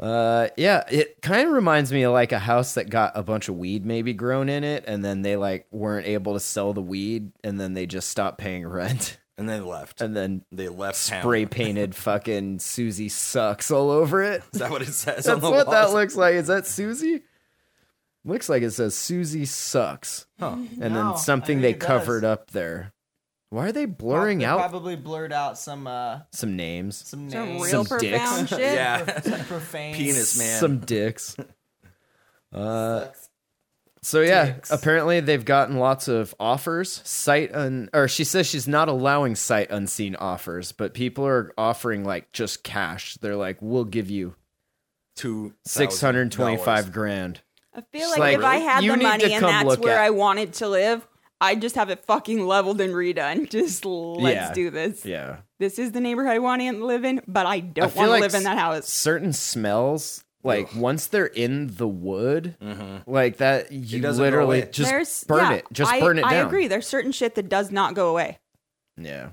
Uh, yeah, it kind of reminds me of like a house that got a bunch of weed maybe grown in it, and then they like weren't able to sell the weed, and then they just stopped paying rent, [laughs]
And they left.
and then
they left.
spray
town.
painted fucking Susie sucks all over it.
[laughs] Is that what it says on
That's
the
what that
walls?
looks like. Is that Susie? Looks like it says Susie sucks. And
No,
then something
I think
they
it does.
covered up there. Why are they blurring
They
out
Probably blurred out some uh
some names?
some
Some
names.
real
Some [laughs]
profound
dicks.
shit.
Yeah.
Some [laughs] profane.
Penis man.
Some
[laughs]
dicks. Uh, so yeah, apparently they've gotten lots of offers. Sight un or she says she's not allowing sight unseen offers, but people are offering like just cash. They're like, "We'll give you
Two
six hundred twenty-five grand."
I feel
It's like,
like, if I had
you
the
need to
money and
come
that's
look
where
at-
I wanted to live, I'd just have it fucking leveled and redone. [laughs] Just let's
Yeah.
do this.
Yeah,
This is the neighborhood I want to live in, but I
I
don't
feel
want to
like
live in that
s-
house.
Certain smells, like once they're in the wood,
Mm-hmm.
like that, you
doesn't go
literally
away.
just
There's-
burn
yeah,
it. Just
I,
burn it down.
I agree. There's certain shit that does not go away.
Yeah.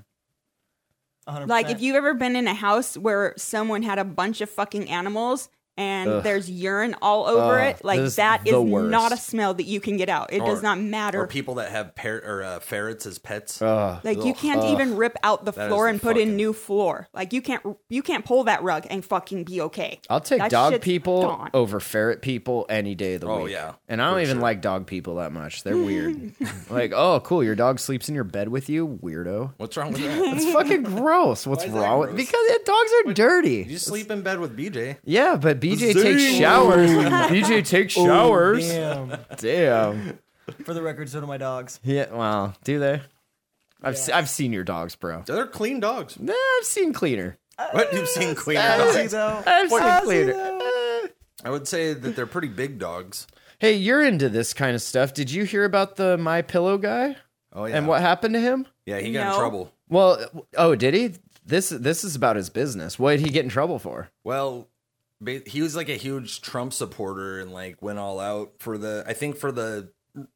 100%.
Like if you've ever been in a house where someone had a bunch of fucking animals and there's urine all over
Ugh,
it, like
this is
that is
the worst.
not a smell that you can get out. It does not matter.
Or people that have par- or uh, ferrets as pets.
Ugh.
like you can't even rip out the
That
floor
is
and put in
fucking-
new floor. Like you can't you can't pull that rug and fucking be okay.
I'll take
That
dog
shit's
people
gone.
over ferret people any day of the
Oh,
week.
yeah,
And I don't
for
even
sure.
like dog people that much.
[laughs]
They're weird. like, oh, cool. Your dog sleeps in your bed with you, weirdo.
What's wrong with
[laughs]
that?
It's fucking gross. What's
is that
wrong with
gross?
because yeah, dogs are dirty.
you sleep in bed with BJ.
Yeah, but BJ takes showers. [laughs]
[laughs]
BJ takes showers.
Damn.
Damn.
For the record, so do
[laughs]
my dogs.
Yeah. Well, do they? I've se- I've seen your dogs, bro.
They're clean dogs.
Nah, I've seen cleaner.
What you've seen clean
See,
[laughs]
dogs?
though,
I've seen
Ozzy,
cleaner. Uh,
I would say that they're pretty big dogs.
Hey, you're into this kind of stuff. Did you hear about the My Pillow guy
Oh yeah.
and what happened to him?
Yeah, he got
No.
in trouble.
Well, oh, did he? This this is about his business. What did he get in trouble for?
Well, ba- he was like a huge Trump supporter and like went all out for the I think for the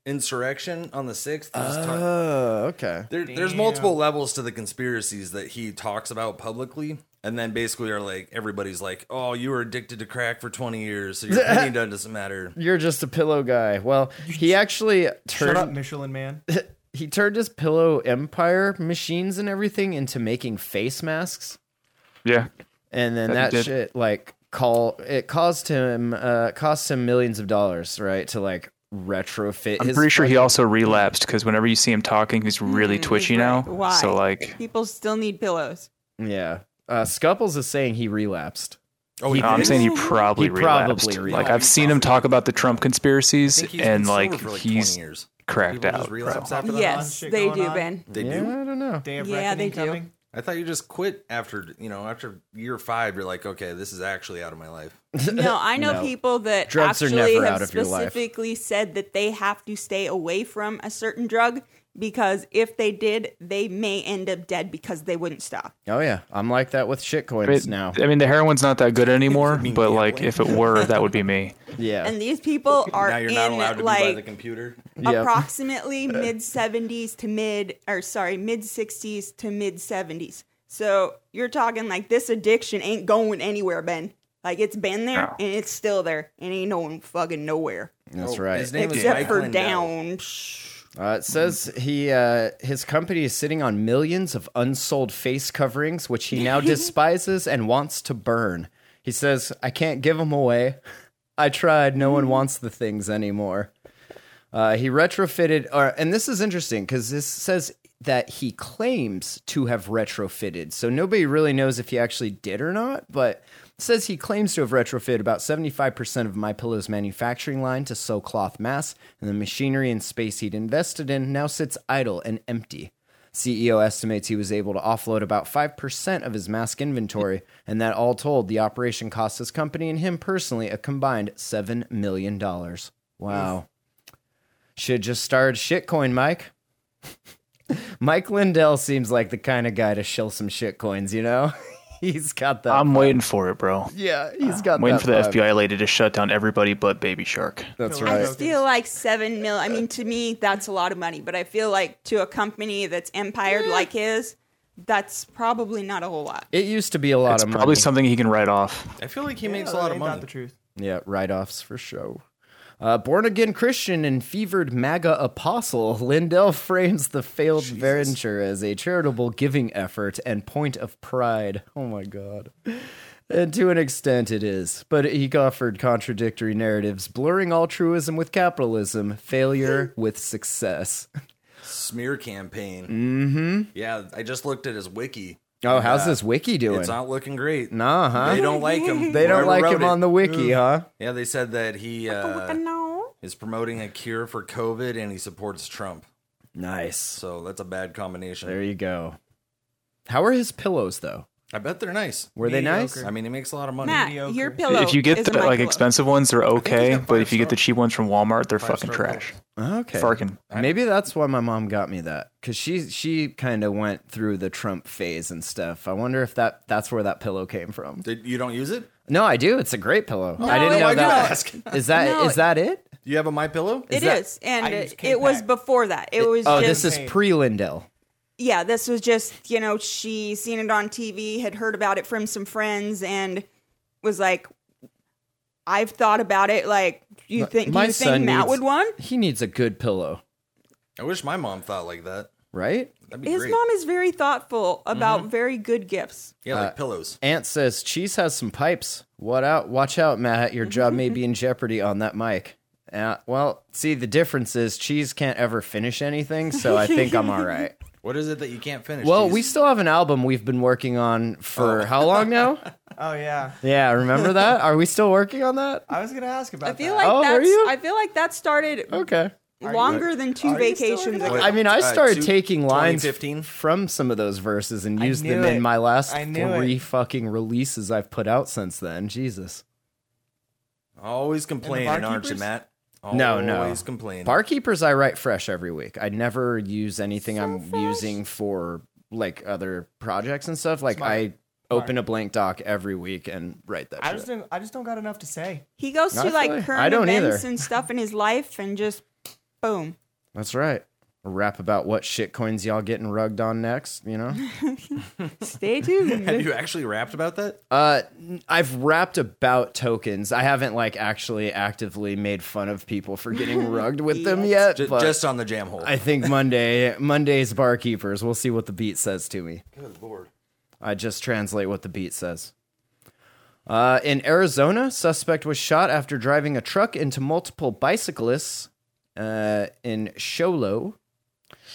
insurrection on the sixth. Uh.
Oh, okay.
There, there's multiple levels to the conspiracies that he talks about publicly, and then basically are like everybody's like, "Oh, you were addicted to crack for 20 years, [laughs] so your opinion doesn't matter."
You're just a pillow guy. Well, he actually
Shut up,
turned
[laughs]
Michelin man.
he turned his pillow empire machines and everything into making face masks,
Yeah.
and then
That he
that,
did.
shit like call it caused him uh cost him millions of dollars, right? To like retrofit.
I'm
his
pretty sure he
fucking-
also relapsed because whenever you see him talking, he's
Mm,
really twitchy now.
right. Why?
So like,
People still need pillows.
yeah. Uh, Scupples is saying he relapsed.
Oh,
He
no, I'm
did.
[laughs]
saying he probably
He probably
relapsed.
relapsed.
Like I've seen him talk about the Trump conspiracies
think he's been
and
sober
like
for,
he's
20 years.
cracked
People just
out. bro.
relapse after that.
Yes,
shit
they
going
do,
on?
Ben.
They
yeah,
do.
I don't know.
Day of
Yeah,
reckoning
they do.
coming.
I thought you just quit after you know after year five. You're like, okay, this is actually out of my life.
[laughs]
No, I know
No.
people that
Drugs are
actually
never
have
out of your life.
specifically said that they have to stay away from a certain drug because if they did, they may end up dead because they wouldn't stop.
Oh yeah, I'm like that with shit coins
It-
now.
I mean, the heroin's not that good anymore,
mean
but
the
like
heroin.
if it were, that would be me.
Yeah,
And these people
[laughs]
are
now you're
in
not allowed to be by the
like
computer.
Yep. [laughs]
approximately mid 70s to mid or sorry, mid 60s to mid 70s. So you're talking like this addiction ain't going anywhere, Ben. Like it's been there and it's still there and ain't going fucking nowhere
Oh,
that's right.
His name is
except
Mike
for
Lindell.
down.
Uh, it says he uh, his company is sitting on millions of unsold face coverings, which he now despises and wants to burn. He says, "I can't give them away. I tried. No one wants the things anymore." Uh, he retrofitted, or, and this is interesting because this says that he claims to have retrofitted. So nobody really knows if he actually did or not, but it says he claims to have retrofitted about 75% of My Pillow's manufacturing line to sew cloth masks, and the machinery and space he'd invested in now sits idle and empty. CEO E estimates he was able to offload about 5% of his mask inventory, and that all told, the operation cost his company and him personally a combined $7 million. Wow. Should just started shitcoin, Mike. [laughs] Mike Lindell seems like the kind of guy to shill some shitcoins, you know? [laughs] he's got that.
I'm waiting for it, bro.
yeah, he's got
I'm waiting
that
for the
vibe.
FBI lady to shut down everybody but Baby Shark.
That's
No,
right.
no.
feel like seven mil. I mean, to me, that's a lot of money. But I feel like to a company that's empired like his, that's probably not a whole lot.
It used to be a lot
It's
of
probably
money.
something he can write off.
I feel like he makes a lot of money.
the truth.
yeah, write offs for show. Uh, Born again Christian and fevered MAGA apostle, [laughs] Lindell frames the failed venture as a charitable giving effort and point of pride. Oh my God. And to an extent, it is. But he offered contradictory narratives, blurring altruism with
[laughs]
capitalism, failure with success.
Smear
Mm.
campaign. Mm-hmm. Yeah, I just looked at his wiki.
Oh, how's this wiki doing?
It's not looking great.
nah, huh?
They don't like him.
They don't
Whoever
like
wrote
him
it.
on the wiki, huh?
Yeah, they said that he uh,
no.
is promoting a cure for COVID and he supports Trump.
Nice.
So that's a bad combination.
There you go. How are his pillows, though?
I bet they're nice.
Were they nice?
I mean, he makes a lot of money.
Matt,
Mediocre.
your pillow.
if you get
is
the
a my
like
pillow.
expensive ones, they're okay,
got
but if you get
five-star.
the cheap ones from Walmart, they're fucking
Five-star
trash.
Okay.
Farkin.
Maybe that's why my mom got me that because she she kind of went through the Trump phase and stuff. I wonder if that that's where that pillow came from.
Did, you don't use it?
No, I do. It's a great pillow. I didn't
it-
know
why'd you
that. Is
ask?
that
No,
is that it?
Do you have a My Pillow?
It
that-
is, and
I use
it, it was
K-Pack.
before that. It was.
Oh,
just,
this is pre Lindell.
yeah. This was just you know she seen it on TV, had heard about it from some friends, and was like, I've thought about it. Like, do you think do
My
you
son
think Matt
needs-
would want?
He needs a good pillow,
I wish my mom thought like that.
right?
That'd be
His
great.
mom is very thoughtful about
Mm-hmm.
very good gifts.
yeah, like pillows.
Aunt says cheese has some pipes. What out? Watch out, Matt. Your job may
[laughs]
be in jeopardy on that mic. Uh, well, see, the difference is cheese can't ever finish anything, so I think I'm all
[laughs]
right.
What is it that you can't finish?
Well,
Jeez.
we still have an album we've been working on for how long
[laughs]
now?
Oh yeah,
yeah, remember that? Are we still working on that?
I was gonna ask about.
I feel
that.
like
Oh, were
that's.
you?
I feel like that started
Okay.
longer than two vacations ago.
I mean, I
Uh,
started
two-
taking lines
2015?
from some of those verses and
I
used
knew
them in
it.
my last
I knew
three
it.
fucking releases I've put out since then. Jesus.
always complaining, aren't you,
barkeepers?
Matt?
No, no.
Always complaining.
Barkeepers, I write fresh every week. I never use anything I'm using for like other projects and stuff. Like I open a blank doc every week and write that.
I
shit.
just don't, I just don't got enough to say.
He goes
I
to
feel you.
like current
I don't
events
either.
and stuff in his life and just boom.
That's right. A rap about what shit coins y'all getting rugged on next, you know? [laughs]
Stay tuned.
Have you actually rapped about that?
Uh, n- [laughs] I've rapped about tokens. I haven't like actually actively made fun of people for [laughs] getting rugged with them yet.
Ju-
but
just on the jam hole.
I think Monday, Monday's barkeepers. We'll see what the beat says to me.
Good lord.
I just translate what the beat says. Uh, in Arizona, suspect was shot after driving a truck into multiple bicyclists uh, in Sholo.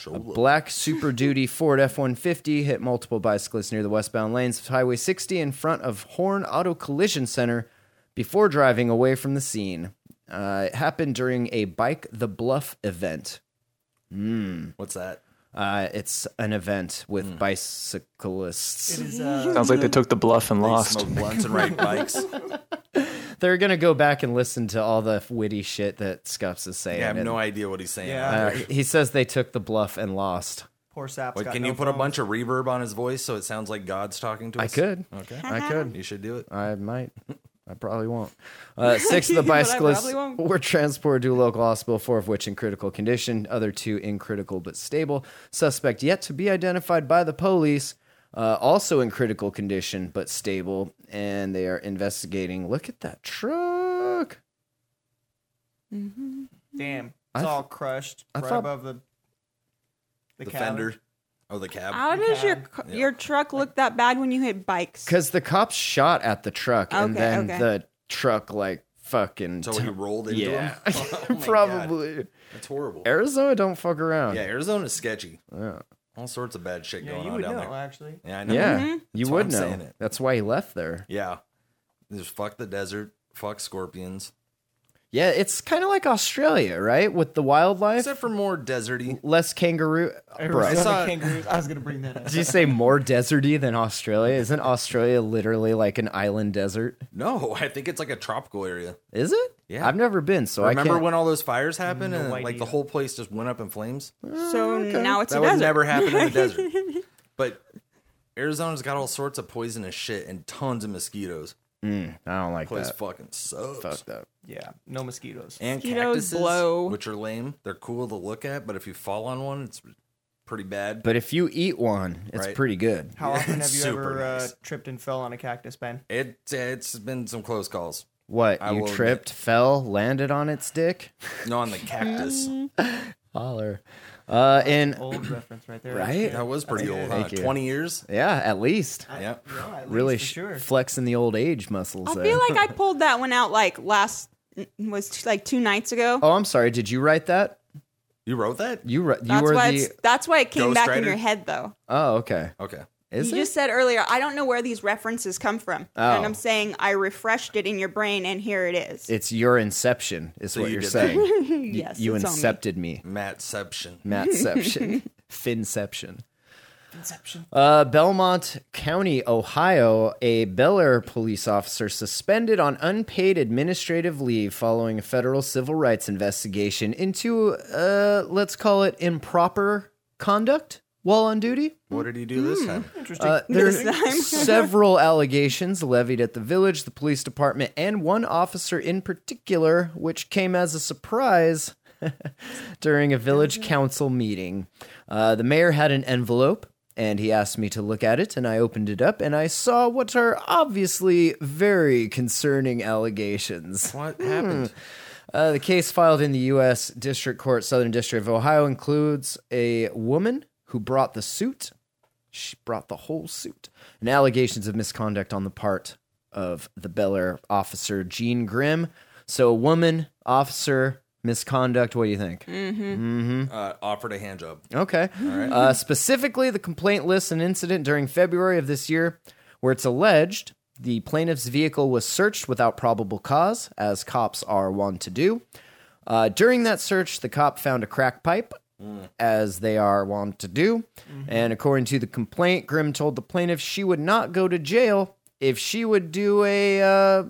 A black Super Duty Ford F 150 hit multiple bicyclists near the westbound lanes of Highway 60 in front of Horn Auto Collision Center before driving away from the scene. Uh, it happened during a Bike the Bluff event.
What's that?
Uh, it's an event with
Hmm.
bicyclists.
It is, uh,
Sounds like they took the bluff and lost.
Smoke blunts and ride bikes.
They're gonna go back and listen to all the witty shit that Scuffs is saying.
I have
and,
no idea what he's saying.
Yeah.
uh, [laughs] he says they took the bluff and lost.
poor Sap's
Like,
got
can
no
you put a
phones.
bunch of reverb on his voice so it sounds like God's talking to
I
us?
could. Uh,
Okay.
I could. [laughs]
You should do it.
I might. I probably won't. Uh, six [laughs] of the
But I probably
bicyclists
won't.
were transported to a local hospital, four of which in critical condition, other two in critical but stable. Suspect yet to be identified by the police, uh, also in critical condition but stable, and they are investigating. Look at that truck.
Damn,
I th-
it's all crushed
I
right
thought-
above the the,
The,
cab.
fender. Oh, the cab.
How does your c- your truck look that bad when you hit bikes?
Because the cops shot at the truck, and
Okay,
then
okay.
the truck, like, fucking.
so
t-
he rolled
[laughs]
into
yeah.
him. [laughs] Oh my God.
Probably.
That's horrible.
Arizona don't fuck around.
Yeah, Arizona's sketchy. All sorts of bad shit
Yeah,
going
you
on
would
down
know
there.
actually.
Yeah, I know.
Yeah,
Mm-hmm.
you
That's why
would
I'm
know.
saying it.
That's why he left there.
Yeah. Just fuck the desert. Fuck scorpions.
Yeah, it's kind of like Australia, right? With the wildlife,
Except for more deserty.
less kangaroo. Bro,
I,
saw-
kangaroos. I was gonna bring
[laughs]
that up.
did you say more deserty than Australia? Isn't Australia literally like an island desert?
No, I think it's like a tropical area.
Is it?
Yeah.
I've never been, so I
Remember
can't.
when all those fires happened and like the
idea.
whole place just went up in flames?
so now it's
that
a
would
desert.
never happen in the
[laughs]
desert. But Arizona's got all sorts of poisonous shit and tons of mosquitoes.
I don't like
Place
that.
fucking sucks.
Fucked up.
Yeah, no mosquitoes.
And
Mosquitoes
cactuses,
blow.
which are lame. They're cool to look at, but if you fall on one, it's pretty bad.
But if you eat one, it's
Right.
pretty good.
How often have you
Super
ever
nice.
uh, tripped and fell on a cactus, Ben?
It it's been some close calls.
What
I
you
will admit-
tripped, fell, landed on its dick?
No, on the cactus.
Mm.
Holler. Uh, in
Old reference right there.
right?
that was pretty old. Huh?
Thank you.
Twenty years.
Yeah, at least.
Yeah.
Yeah, Oh, at least
Really
for
sh-
sure.
flexing the old age muscles.
I
there.
feel like I pulled that one out like last was like two nights ago.
oh, I'm sorry. Did you write that?
You wrote that?
You wri- you
that's
were
why
the
it's, that's why it came
Ghost
back in
Rider?
your head though.
Oh, okay.
Okay.
Is
you
it?
just said earlier, I don't know where these references come from,
Oh.
and I'm saying I refreshed it in your brain, and here it is.
It's your inception, is what
you
you are
did
saying. You-
[laughs] yes,
you
it's on me.
incepted me.
Mattception.
Mattception. Finception. Uh, Belmont County, Ohio, a Bel Air police officer suspended on unpaid administrative leave following a federal civil rights investigation into, uh, let's call it improper conduct while on duty.
What did he do this time?
Uh, there
This
are [laughs]
time.
several allegations levied at the village, the police department, and one officer in particular, which came as a surprise [laughs] during a village council meeting. Uh, the mayor had an envelope. And he asked me to look at it, and I opened it up, and I saw what are obviously very concerning allegations. Hmm.
What happened?
Uh, the case filed in the U.S. District Court, Southern District of Ohio, includes a woman who brought the suit. She brought the whole suit and allegations of misconduct on the part of the Bel Air officer Jean Grimm. So, a woman, officer, misconduct. What do you think?
Uh, offered a hand job.
Okay. Uh, specifically, the complaint lists an incident during February of this year where it's alleged the plaintiff's vehicle was searched without probable cause, as cops are wont to do. Uh, during that search, the cop found a crack pipe, as they are wont to do. And according to the complaint, Grimm told the plaintiff she would not go to jail if she would do a uh,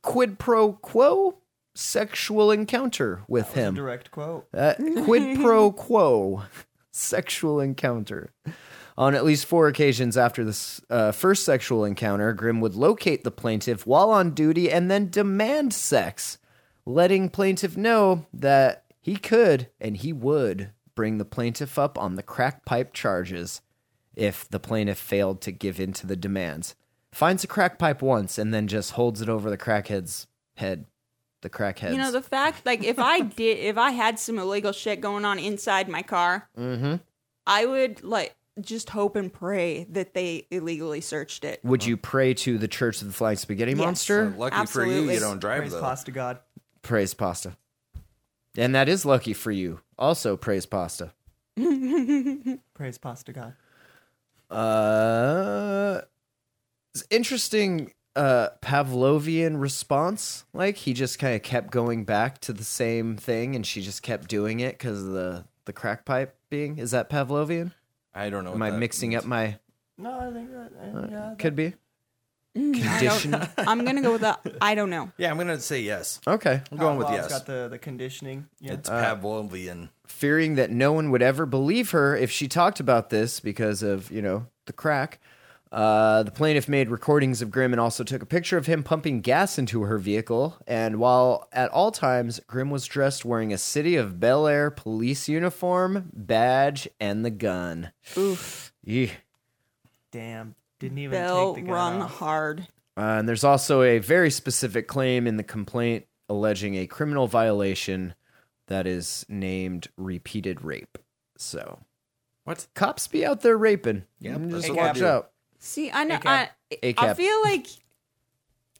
quid pro quo sexual encounter with him.
Direct quote.
Uh, quid
[laughs]
pro quo sexual encounter. On at least four occasions after this uh, first sexual encounter, Grimm would locate the plaintiff while on duty and then demand sex, letting plaintiff know that he could and he would bring the plaintiff up on the crack pipe charges if the plaintiff failed to give in to the demands. Finds a crack pipe once and then just holds it over the crackhead's head. The crackhead's
You know the fact, like if
[laughs]
I did, if I had some illegal shit going on inside my car,
Mm-hmm.
I would like just hope and pray that they illegally searched it.
Would
Uh-huh.
you pray to the Church of the Flying Spaghetti
Uh,
Monster?
Uh, Lucky for you,
Absolutely.
you don't drive
Praise
though.
pasta god.
Praise pasta. And that is lucky for you. Also, praise pasta.
Praise pasta god.
Uh, it's interesting uh, Pavlovian response. Like he just kind of kept going back to the same thing, and she just kept doing it because the the the crack pipe being? Is that Pavlovian?
I don't know.
Am
what
I
that
mixing
means.
up my?
Uh, No, I think that. uh, yeah,
Could be.
I don't- I'm gonna go with the I
[laughs]
don't know.
Yeah, I'm gonna say yes.
Okay.
I'm going with
Pavlov's
yes.
got the, the conditioning. Yeah.
Uh,
It's Pavlovian.
fearing that no one would ever believe her if she talked about this because of, you know, the crack. Uh, the plaintiff made recordings of Grimm and also took a picture of him pumping gas into her vehicle. And while at all times, Grimm was dressed wearing a City of Bel Air police uniform, badge, and the gun. Oof. Yeah.
Damn. Didn't even
Bell
take the gun
rung
off.
hard.
Uh, and there's also a very specific claim in the complaint alleging a criminal violation that is named repeated rape. So,
What?
Cops be out there raping.
Yep,
Mm,
that's
just
what
watch
they do.
out.
See, I know. I,
ACAB.
ACAB.
I feel like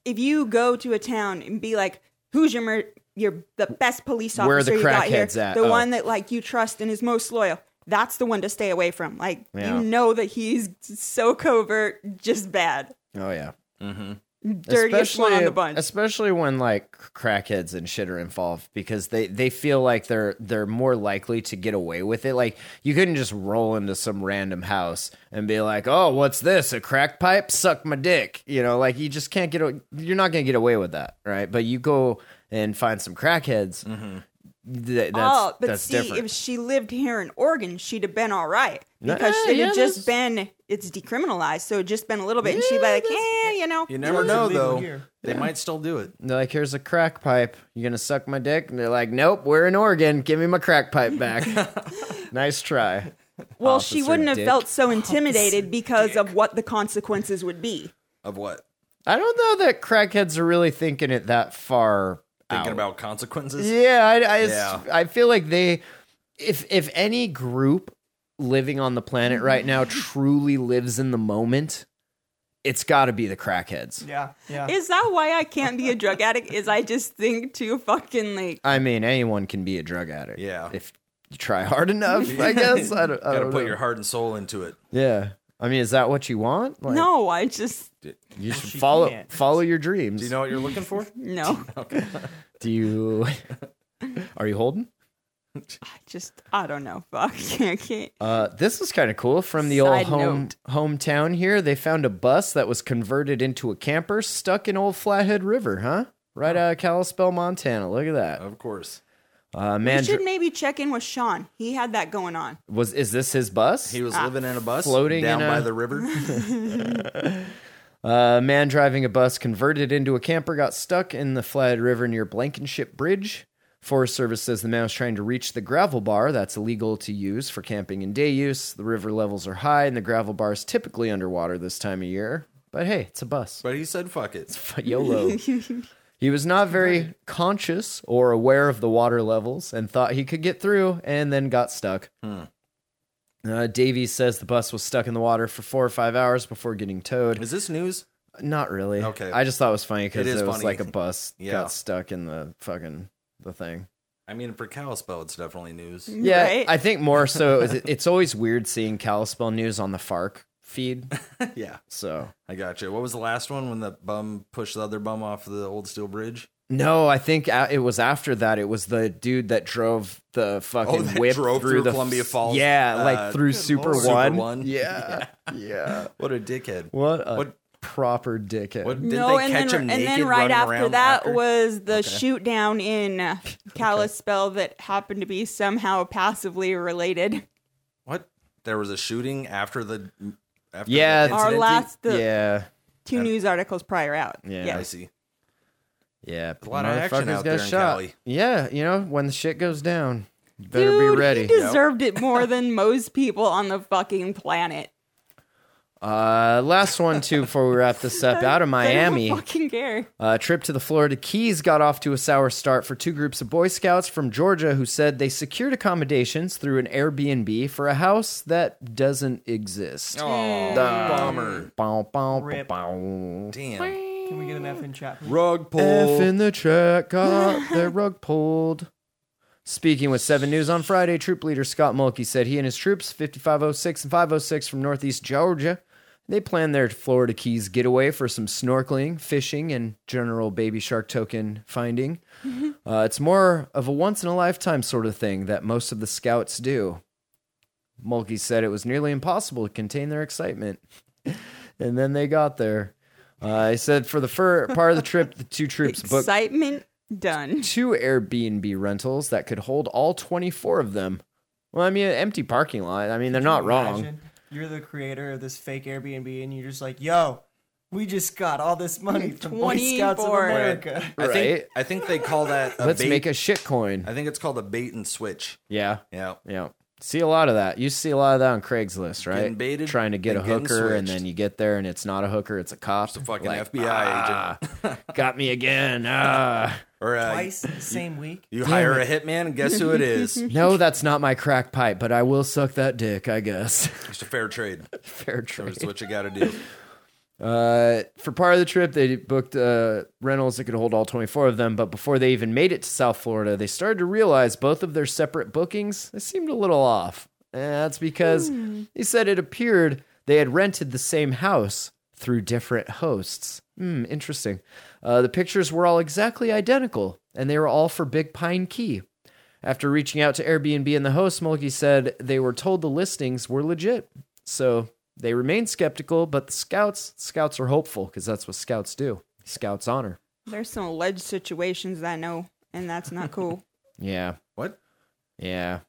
if you go to a town and be like, "Who's your mer- your the best police officer
Where are the
you got here?
crackheads at?
The
Oh.
one that like you trust and is most loyal." That's the one to stay away from. Like
Yeah.
you know that he's so covert, just bad,
Oh yeah,
dirtiest one on the bunch.
Especially when like crackheads and shit are involved because they they feel like they're they're more likely to get away with it. Like you couldn't just roll into some random house and be like, "Oh, what's this? A crack pipe? Suck my dick." You know, like you just can't get a- you're not going to get away with that, right? But you go and find some crackheads. th- that's,
oh, but
that's
see,
different.
if she lived here in Oregon, she'd have been all right
Yeah,
because she'd
yeah,
have just been. It's decriminalized, so it'd just been a little bit, and she'd be like, "Yeah, you know."
You never
it's
know
illegal
though.
here.
They might still do it.
And They're like, here's a crack pipe. You gonna suck my dick? And they're like, nope, we're in Oregon. Give me my crack pipe
[laughs]
back. nice try.
Well, she
Officer
wouldn't have
Dick.
felt so intimidated because of what the consequences would be.
Of what?
I don't know that crackheads are really thinking it that far.
Thinking
out.
about consequences.
Yeah, I, I,
Yeah.
I feel like they, if if any group living on the planet
[laughs]
right now truly lives in the moment, it's got to be the crackheads.
Yeah. Yeah.
Is that why I can't be a drug addict? Is I just think too fucking like
I mean, anyone can be a drug addict.
Yeah.
if you try hard enough,
[laughs]
I guess. I don't, I
You gotta
don't
put
know.
your heart and soul into it.
yeah. I mean, is that what you want? Like,
no, I just
You should
she
follow
can't.
follow your dreams.
Do you know what you're looking
[laughs]
for?
no,
[laughs]
Do you are you holding?
I just I don't know. Fuck, [laughs] I can't.
Uh, this is kind of cool. From the old
Side
home hometown here, they found a bus that was converted into a camper stuck in old Flathead River, huh? Right out of Kalispell, Montana. Look at that.
Of course.
Uh,
You
man,
should maybe check in with Sean. He had that going on.
was is this his bus?
He was living in a bus
Ah, floating
down
in a-
by the
[laughs]
river.
A Uh, man driving a bus converted into a camper got stuck in the Flathead River near Blankenship Bridge. Forest Service says the man was trying to reach the gravel bar that's illegal to use for camping and day use. The river levels are high, and the gravel bar is typically underwater this time of year. But hey, it's a bus.
but he said, fuck it.
[laughs] YOLO. he was not very conscious or aware of the water levels and thought he could get through and then got stuck.
Hmm.
Uh, Davies says the bus was stuck in the water for four or five hours before getting towed.
Is this news?
Not really.
Okay.
I just thought it was funny because
It
it,
is
was
funny.
like
[laughs]
a bus
Yeah.
got stuck in the fucking the thing.
I mean, for Kalispell, it's definitely news.
Yeah,
Right?
I think
[laughs]
more so. Is it, it's always weird seeing Kalispell news on the FARC feed.
[laughs] yeah,
So
I got you. What was the last one when the bum pushed the other bum off the old steel bridge?
no, I think a- it was after that. It was the dude that drove the
[laughs]
fucking
Oh, that
whip
drove through
the
Columbia Falls,
Yeah,
uh,
like through
Good
Super
Lord.
One.
Super One. [laughs]
Yeah, yeah.
What a dickhead!
What a
What-
proper dickhead.
What did
no,
they
and
catch
then
him
and
naked
then right
running
after
around
that
after?
was the shoot down in uh, Kalispell that happened to be somehow passively related.
what? There was a shooting after the after
Yeah,
the
Our
Our
incident?
last the
yeah,
two news articles prior out.
Yeah.
I see.
yeah. A
lot of action out there in Cali.
Yeah, you know when the shit goes down, you better
Dude,
be ready.
He deserved it more than most people on the fucking planet.
Uh, last one too before we wrap this
[laughs]
up. Out of
They
Miami,
don't fucking care.
a trip to the Florida Keys got off to a sour start for two groups of Boy Scouts from Georgia who said they secured accommodations through an Airbnb for a house that doesn't exist.
Oh, bummer!
Bow, bow,
Rip.
bow, bow.
Damn.
Can we get an F in chat? please?
Rug pull.
F in the
[laughs]
chat got their rug pulled. Speaking with 7 News on Friday, oh Troop Leader Scott Mulkey said he and his troops, 5506 and 506 from Northeast Georgia, They plan their Florida Keys getaway for some snorkeling, fishing, and general baby shark token finding. Uh, it's more of a once in a lifetime sort of thing that most of the scouts do. Mulkey said it was nearly impossible to contain their excitement. [laughs] and then they got there. Uh, he said for the fir- part of the trip, the two troops booked
Excitement done.
two Airbnb rentals that could hold all 24 of them. Well, I mean, an empty parking lot. I mean, they're not wrong.
Imagine you're the creator of this fake Airbnb, and you're just like, "Yo, we just got all this money from Boy Scouts of
24.
America."
I think,
Right.
I think they call that a
Let's
bait.
make a shit coin.
I think it's called a bait and switch.
Yeah.
Yeah.
Yeah. See a lot of that. You see a lot of that on Craigslist, right?
Getting baited,
Trying to get a
then getting
hooker, and
switched.
then you get there, and it's not a hooker; it's a cop. It's a
fucking FBI agent.
[laughs] got me again. Ah.
Or uh,
Twice in the same week.
you hire a hitman and guess who it
[laughs]
is. It's
No, that's not my crack pipe, but I will suck that dick. I guess. [laughs]
a fair trade.
Fair trade.
That's what you got to do.
Uh, for part of the trip, they booked uh, rentals that could hold all 24 of them. But before they even made it to South Florida, they started to realize both of their separate bookings they seemed a little off. And that's because he said it appeared they had rented the same house through different hosts. Hmm, interesting. Uh, the pictures were all exactly identical, and they were all for Big Pine Key. After reaching out to Airbnb and the host, Mulkey said they were told the listings were legit. So they remain skeptical, but the scouts scouts are hopeful because that's what scouts do. Scouts honor.
There's some alleged situations that I know, and that's not cool.
Yeah,
What?
yeah.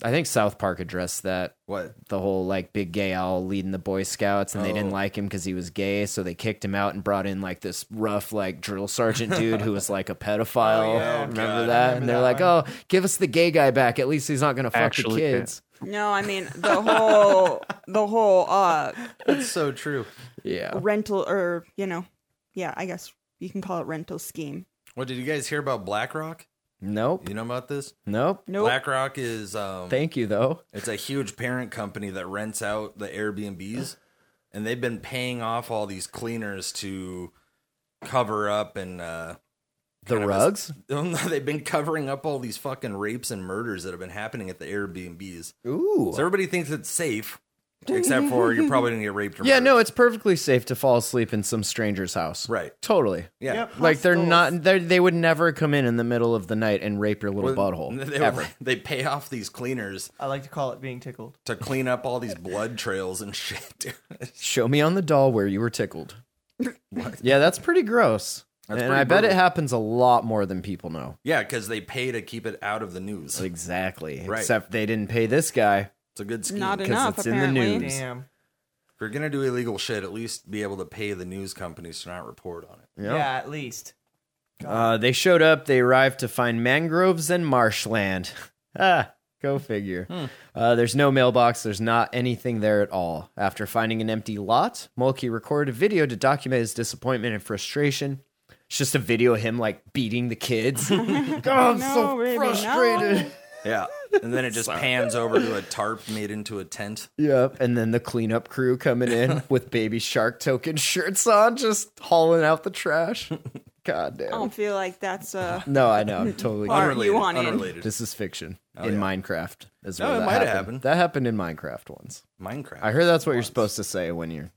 I think South Park addressed that
What?
the whole like big gay owl leading the Boy Scouts, and they didn't
Oh.
like him because he was gay, so they kicked him out and brought in like this rough like drill sergeant dude who was like a pedophile. remember that? and they're like, "Oh, give us the gay guy back. At least he's not gonna fuck
Actually,
the
yeah.
kids."
No, I mean the whole the whole uh
That's so true.
Yeah.
rental or you know, yeah, I guess you can call it rental scheme.
What did you guys hear about BlackRock?
Nope.
You know about this?
Nope.
Nope.
BlackRock is um,
Thank you though.
It's a huge parent company that rents out the Airbnbs, and they've been paying off all these cleaners to cover up and uh, [laughs]
The
kind of a-
rugs.
they've been covering up all these fucking rapes and murders that have been happening at the Airbnbs.
Ooh.
So everybody thinks it's safe, except for you're probably gonna get raped. Or
Yeah,
murdered.
no, it's perfectly safe to fall asleep in some stranger's house.
Right.
Totally.
yeah.
Like they're not they they would never come in in the middle of the night and rape your little butthole.
[laughs] They,
ever.
they pay off these cleaners
I like to call it being tickled.
to clean up all these blood trails and [laughs] shit. dude.
Show me on the doll where you were
[laughs]
tickled. Yeah, that's pretty gross.
That's
and
pretty
I bet it
brutal.
happens a lot more than people know.
yeah, because they pay to keep it out of the news.
Exactly.
Right.
Except they didn't pay this guy.
it's a good scheme.
Not
because
enough
it's in the
apparently.
news.
Damn.
if you're gonna do illegal shit, at least be able to pay the news companies to not report on it.
Yeah.
Yeah, at least.
Uh, they showed up. They arrived to find mangroves and marshland. [laughs] ah, go figure. Uh, there's no mailbox. There's not anything there at all. After finding an empty lot, Mulkey recorded a video to document his disappointment and frustration. It's just a video of him like beating the
[laughs]
kids. God, I'm so
No, baby, no.
frustrated.
Yeah, and then it just pans over to a tarp made into a tent.
Yep. And then the cleanup crew coming in with baby shark token shirts on, just hauling out the trash. God damn.
I don't feel like that's uh
No, I know. I'm totally.
Or you want in.
unrelated.
This is fiction in Minecraft as
Oh, No,
well.
it
that
might have
happened.
happened.
That happened in Minecraft once.
Minecraft.
I heard that's what you're supposed to say when you're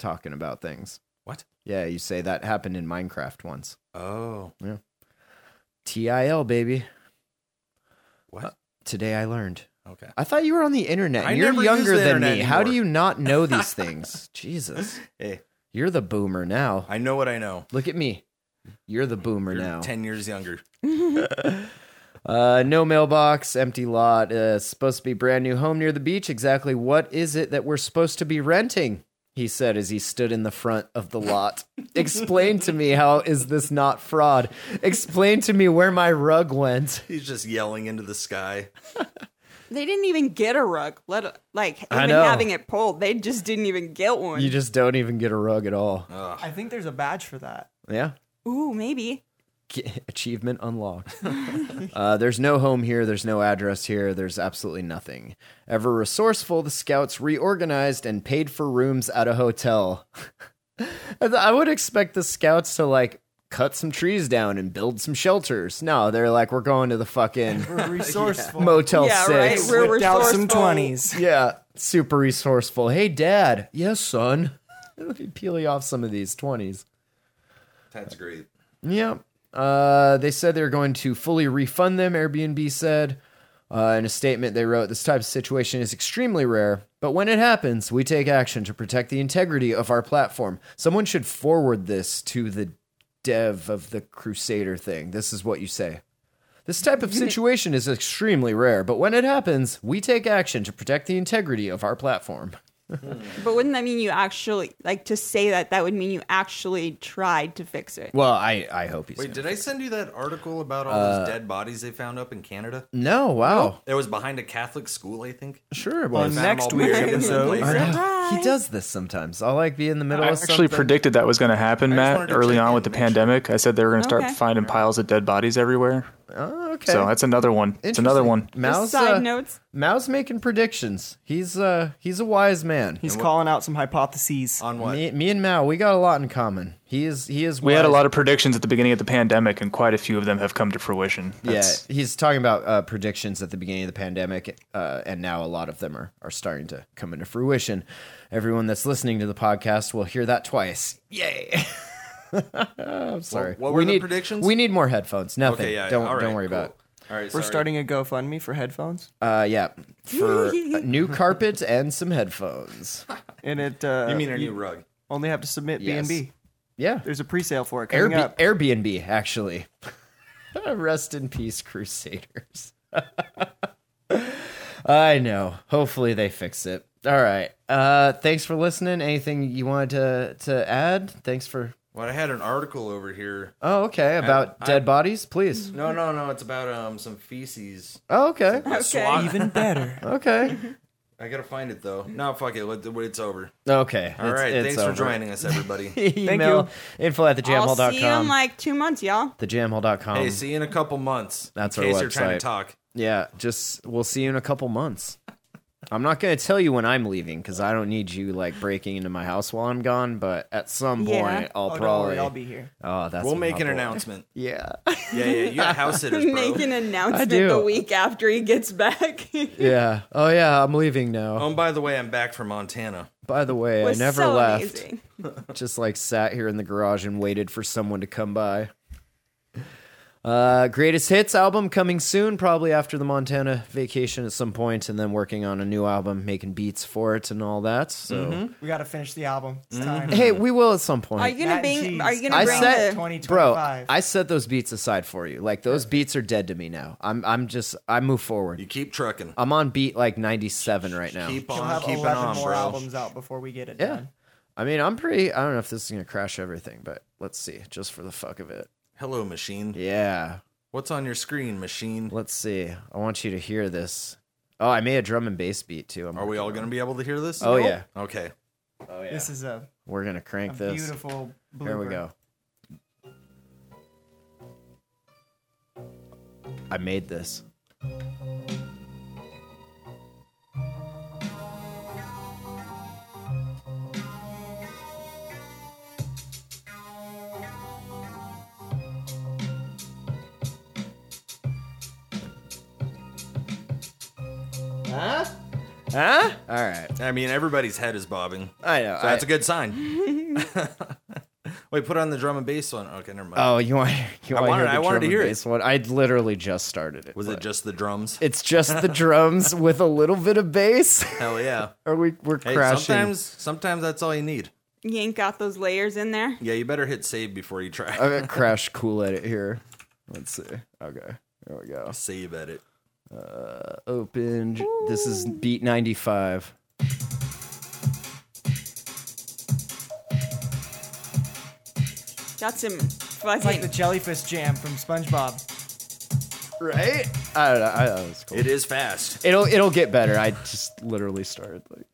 talking about things.
What?
Yeah, you say that happened in Minecraft once.
Oh,
TIL baby.
what?
Today I learned.
okay.
I thought you were on the internet.
I
and you're
never use
younger
the
than me.
internet
How do you
anymore.
not know
[laughs]
these things? Jesus.
Hey,
You're the boomer now.
I know what I know.
Look at me. You're the boomer
You're
now.
ten years younger.
Uh, no mailbox, empty lot. Uh, supposed to be brand new home near the beach. Exactly what is it that we're supposed to be renting? He said as he stood in the front of the lot. Explain to me how is this not fraud? Explain to me where my rug went.
He's just yelling into the sky.
they didn't even get a rug. Let like
I
even
know.
having it pulled, they just didn't even get one.
You just don't even get a rug at all.
I think there's a badge for that.
Yeah.
Ooh, maybe.
K- [laughs] Achievement unlocked. [laughs] uh, there's no home here. There's no address here. There's absolutely nothing. Ever resourceful, the scouts reorganized and paid for rooms at a hotel. [laughs] I th- I would expect the scouts to like cut some trees down and build some shelters. No, they're like, we're going to the fucking [laughs]
We're resourceful.
Motel
Yeah, right.
6. [laughs]
We're
Whipped out some
resourceful.
twenties.
Yeah, super resourceful. Hey, dad. Yes, son. [laughs] Let me peel you off some of these 20s.
That's great.
Yep. Uh, they said they're going to fully refund them, Airbnb said. Uh, in a statement they wrote, this type of situation is extremely rare, but when it happens, we take action to protect the integrity of our platform. Someone should forward this to the dev of the Crusader thing. This is what you say. This type of situation is extremely rare, but when it happens, we take action to protect the integrity of our platform.
But wouldn't that mean you actually like to say that? That would mean you actually tried to fix it.
Well, I, I hope he's.
Wait, did I send you that article about all those dead bodies they found up in Canada?
No, wow.
It was behind a Catholic school, I think.
Sure, it
They
was.
found them
next
all buried
week's
in the
episode.
playground.
He does this sometimes. I'll like be in the middle
I
of
actually
something.
predicted that was going to happen,
wanted
Matt,
to
early
check
on
in
with the
and make sure.
pandemic. I said they were going to start
Okay.
finding piles of dead bodies everywhere.
Oh, okay.
So that's another one. It's another one.
Interesting. Mao's,
Side
uh,
notes.
Mao's making predictions. He's uh he's a wise man.
He's calling out some hypotheses.
Oh,
On what?
Me, me and Mao, we got a lot in common. He is he is.
We
wise.
had a lot of predictions at the beginning of the pandemic, and quite a few of them have come to fruition.
Yeah,
That's-
he's talking about uh, predictions at the beginning of the pandemic, uh, and now a lot of them are, are starting to come into fruition. Everyone that's listening to the podcast will hear that twice. Yay! [laughs] I'm sorry.
what were
we
the
need,
predictions?
We need more headphones. Nothing.
Okay, yeah.
don't
all right,
don't worry
cool.
about it.
All right,
We're
sorry.
starting a GoFundMe for headphones,
Uh, yeah,
[laughs]
for a new carpet and some headphones.
and it. Uh,
You mean our new rug?
only have to submit
Yes.
B&B.
Yeah,
There's a pre-sale for it coming
Airb-
up.
Airbnb actually. [laughs] Rest in peace, Crusaders. [laughs] I know. Hopefully they fix it. All right. Uh, thanks for listening. Anything you wanted to to add? Thanks for.
Well, I had an article over here.
Oh, okay. About dead bodies, please.
No, no, no. It's about um some feces.
Oh,
[laughs]
okay.
Okay.
Even better.
[laughs] Okay.
I gotta find it though. No, fuck it. let- It's over.
Okay.
All right. Thanks
[laughs]
for joining us, everybody.
Email info at
I'll see you in
thejamhole.com.
like two months, y'all.
Thejamhole.com.
hey, see you in a couple months.
That's
in
our
case you're trying to
website.
talk.
Yeah, just we'll see you in a couple months. I'm not going to tell you when I'm leaving because I don't need you like breaking into my house while I'm gone. But at some
Yeah.
point, I'll
Oh, don't
probably.
worry, I'll be here.
Oh, that's
We'll
what
make
my
an
boy-
announcement.
Yeah,
Yeah, yeah. You got
[laughs]
house sitters,
[laughs]
bro.
Make an announcement
do.
the week after he gets back. [laughs]
yeah. Oh yeah, I'm leaving now.
Oh, and by the way, I'm back from Montana.
By the way, I
was
never
so
left.
amazing.
[laughs] Just like sat here in the garage and waited for someone to come by. Uh, greatest hits album coming soon, probably after the Montana vacation at some point, and then working on a new album, making beats for it and all that. So,
Mm-hmm.
We got to finish the album. It's time.
Mm-hmm. hey, we will at some point.
Are you gonna
Mac and
bring?
cheese.
Are you
I
gonna bring
said,
the?
2025.
bro, I set those beats aside for you. Like those beats are dead to me now. I'm, I'm just, I move
You
forward.
keep trucking.
I'm on beat like 97 right now.
Keep
We'll
on
have
keeping
11
on,
more
bro.
albums out before we get it
Yeah.
done.
I mean, I'm pretty. I don't know if this is gonna crash everything, but let's see. Just for the fuck of it.
Hello, machine.
Yeah.
What's on your screen, machine?
Let's see. I want you to hear this. Oh, I made a drum and bass beat too. I'm
Are we all gonna be able to hear this?
Oh yeah,
Okay.
This is a,
we're gonna
a
crank this.
beautiful blooper.
Here we go. I made this. Huh? Huh? All right.
I mean, everybody's head is bobbing.
I know.
So that's
I-
a good sign.
[laughs]
[laughs] Wait, put on the drum and bass one. Okay, never mind.
Oh, you want? [laughs] You
I
want
wanted-
to hear
I
the
wanted
drum
to
and
hear it.
bass one? I literally just started it.
Was
but-
it just the drums?
It's just
[laughs]
the drums with a little bit of bass. [laughs]
Hell yeah.
Are we? We're [laughs]
Hey,
crashing.
sometimes sometimes that's all you need.
You ain't got those layers in there.
Yeah, you better hit save before you try.
I'm gonna crash cool edit here. Let's see. Okay, there we go.
[laughs] Save at it.
Open. This is beat ninety five.
Got some
It's like
fucking.
the jellyfish jam from SpongeBob.
Right? I don't know. I thought it was cool.
It is fast.
It'll it'll get better. I just literally started like.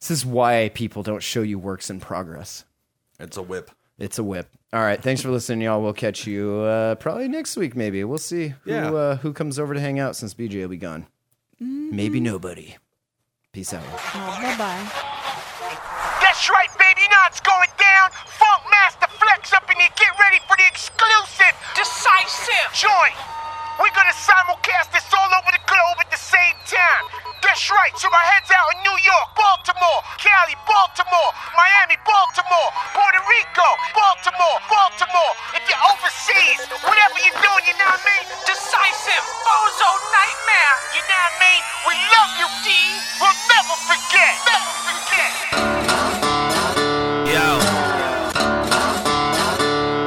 This is why people don't show you works in progress.
It's a whip.
It's a whip. All right. Thanks for listening, y'all. We'll catch you uh, probably next week, maybe. We'll see who,
Yeah.
uh, who comes over to hang out since BJ will be gone. Maybe nobody. Peace out.
bye bye.
That's right, baby. Now it's going down. Funk Master Flex up in here. Get ready for the exclusive, decisive joint. We're gonna simulcast this all over the globe at the same time. That's right. So my head's out in New York, Baltimore, Cali. Cali, Baltimore, Miami, Baltimore, Puerto Rico, Baltimore, Baltimore. If you're overseas, whatever you're doing, you know what I mean? Decisive, bozo nightmare. You know what I mean? We love you, D. We'll never forget. Never forget.
Yo.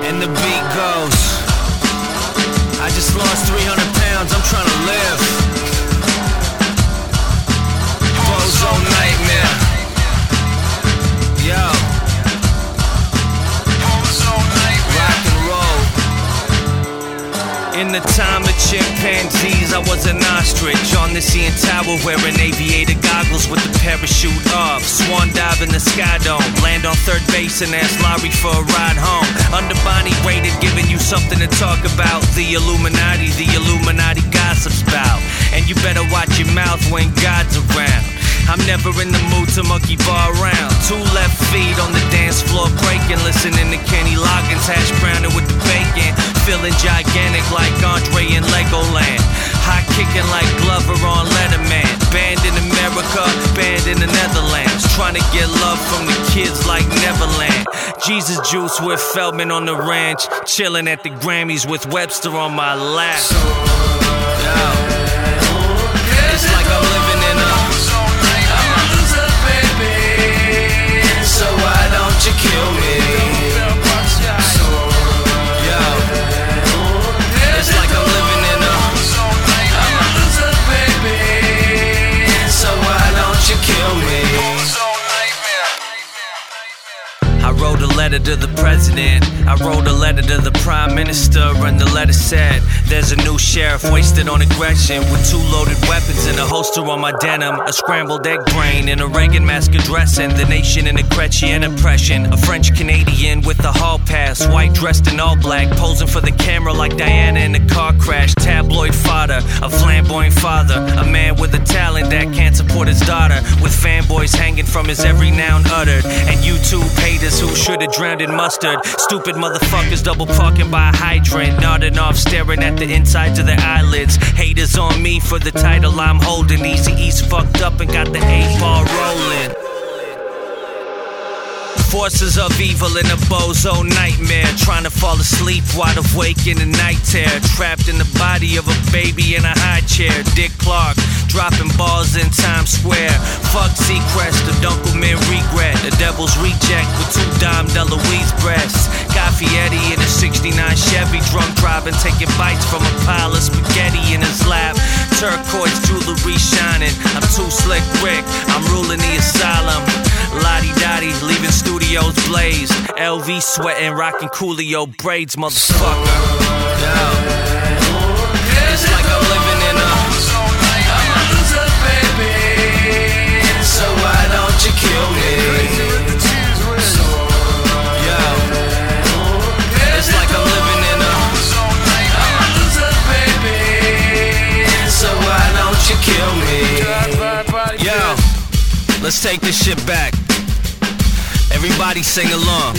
And the beat goes. I just lost 300 pounds. I'm trying to live. Bozo nightmare. Yo. Bozo nightmare. Rock and roll. In the time of chimpanzees, I was an ostrich on the CN Tower wearing aviator goggles with the parachute off. Swan dive in the sky dome, land on third base and ask Larry for a ride home. Under Bonnie rated, giving you something to talk about. The Illuminati, the Illuminati gossips bout. And you better watch your mouth when God's around. I'm never in the mood to monkey bar around. Two left feet on the dance floor, breaking, listening to Kenny Loggins, hash browning with the bacon, feeling gigantic like Andre in Legoland. High kicking like Glover on Letterman. Band in America, band in the Netherlands. Trying to get love from the kids like Neverland. Jesus Juice with Feldman on the ranch, chilling at the Grammys with Webster on my lap. Yeah. It's like I'm living in a I'm a loser, baby. So why don't you kill me? Yo. It's like I'm living in a I'm a loser, baby. So why don't you kill me? I wrote a letter to the president. I wrote a letter to the prime minister, and the letter said, There's a new sheriff wasted on aggression with two loaded weapons and a holster on my denim, a scrambled egg brain, and a Reagan mask addressing the nation in a Gretchen impression. A French Canadian with a hall pass, white dressed in all black, posing for the camera like Diana in a car crash, tabloid fodder, a flamboyant father, a man with a talent that can't support his daughter, with fanboys hanging from his every noun uttered, and YouTube haters who should've drowned in mustard. Stupid motherfuckers double parking by a hydrant, nodding off, staring at the insides of their eyelids. Haters on me for the title I'm holding. Easy E's fucked up and got the eight ball rolling. Forces of evil in a bozo nightmare. Trying to fall asleep wide awake in a night terror. Trapped in the body of a baby in a high chair. Dick Clark dropping balls in Times Square. Fuck Seacrest, the Dunkelman regret. The devil's reject with two dime DeLuise breasts. Got Fietti in a 69 Chevy. Drunk driving, taking bites from a pile of spaghetti in his lap. Turquoise jewelry shining. I'm too slick, Rick. I'm ruling the asylum. Lottie Dottie, leaving studios blaze. LV sweating, rocking Coolio braids, motherfucker. Yeah. It's like I'm living in a. I'm a loser, baby. So why don't you kill me? Yeah. It's like I'm living in a. I'm a loser, baby. So why don't you kill me? Yeah. Let's take this shit back. Everybody sing along.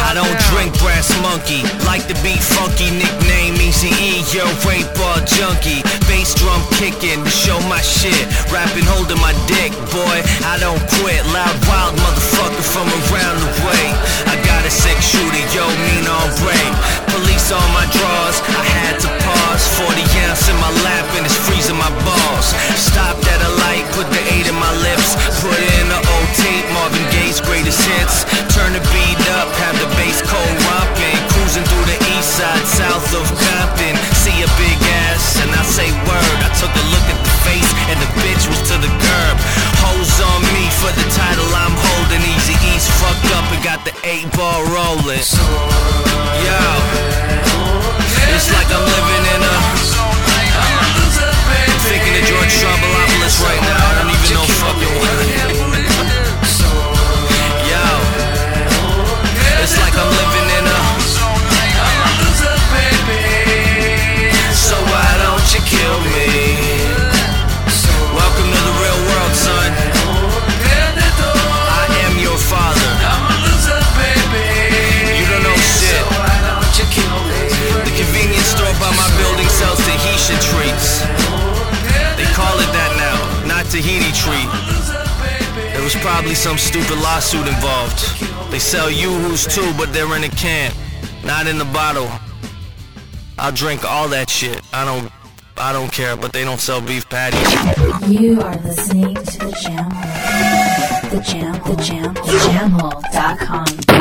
I don't drink brass monkey. Like to be funky, nickname Easy E. Yo, rape ball junkie. Bass drum kicking to show my shit. Rapping, holding my dick, boy. I don't quit. Loud, wild motherfucker from around the way. I got a six shooter, yo, mean on break. Police on my drawers, I had to pause. 40 ounce in my lap and it's freezing my balls. Stopped at a light, put the eight in my lips. Put in the old tape, Marvin Gaye's greatest hits. Turn the beat up, have the bass cold romping. Cruising through the east side, south of Compton. See a big ass, and I say word. I took a look at the face, and the bitch was to the curb. Hoes on me for the title I'm holding. Easy East fucked up and got the eight ball rolling. Yo, it's like I'm living in a. I'm a loser, baby. Thinking of George Strombolopoulos right now. I don't even know fucking what. Yo, it's like I'm living in a. I'm a loser, baby. So why don't you kill me? Welcome to the real world, son. I am your father. I'm a loser, baby. You don't know shit. So why don't you kill me? The convenience store by my building sells Tahitian treats. They call it that now, not Tahiti treat. It was probably some stupid lawsuit involved. They sell yoo-hoos too, but they're in a can, not in the bottle. I'll drink all that shit. I don't, I don't care. But they don't sell beef patties.
You are listening to the Jam Hole. The Jam, the Jam, the Jam Hole.com.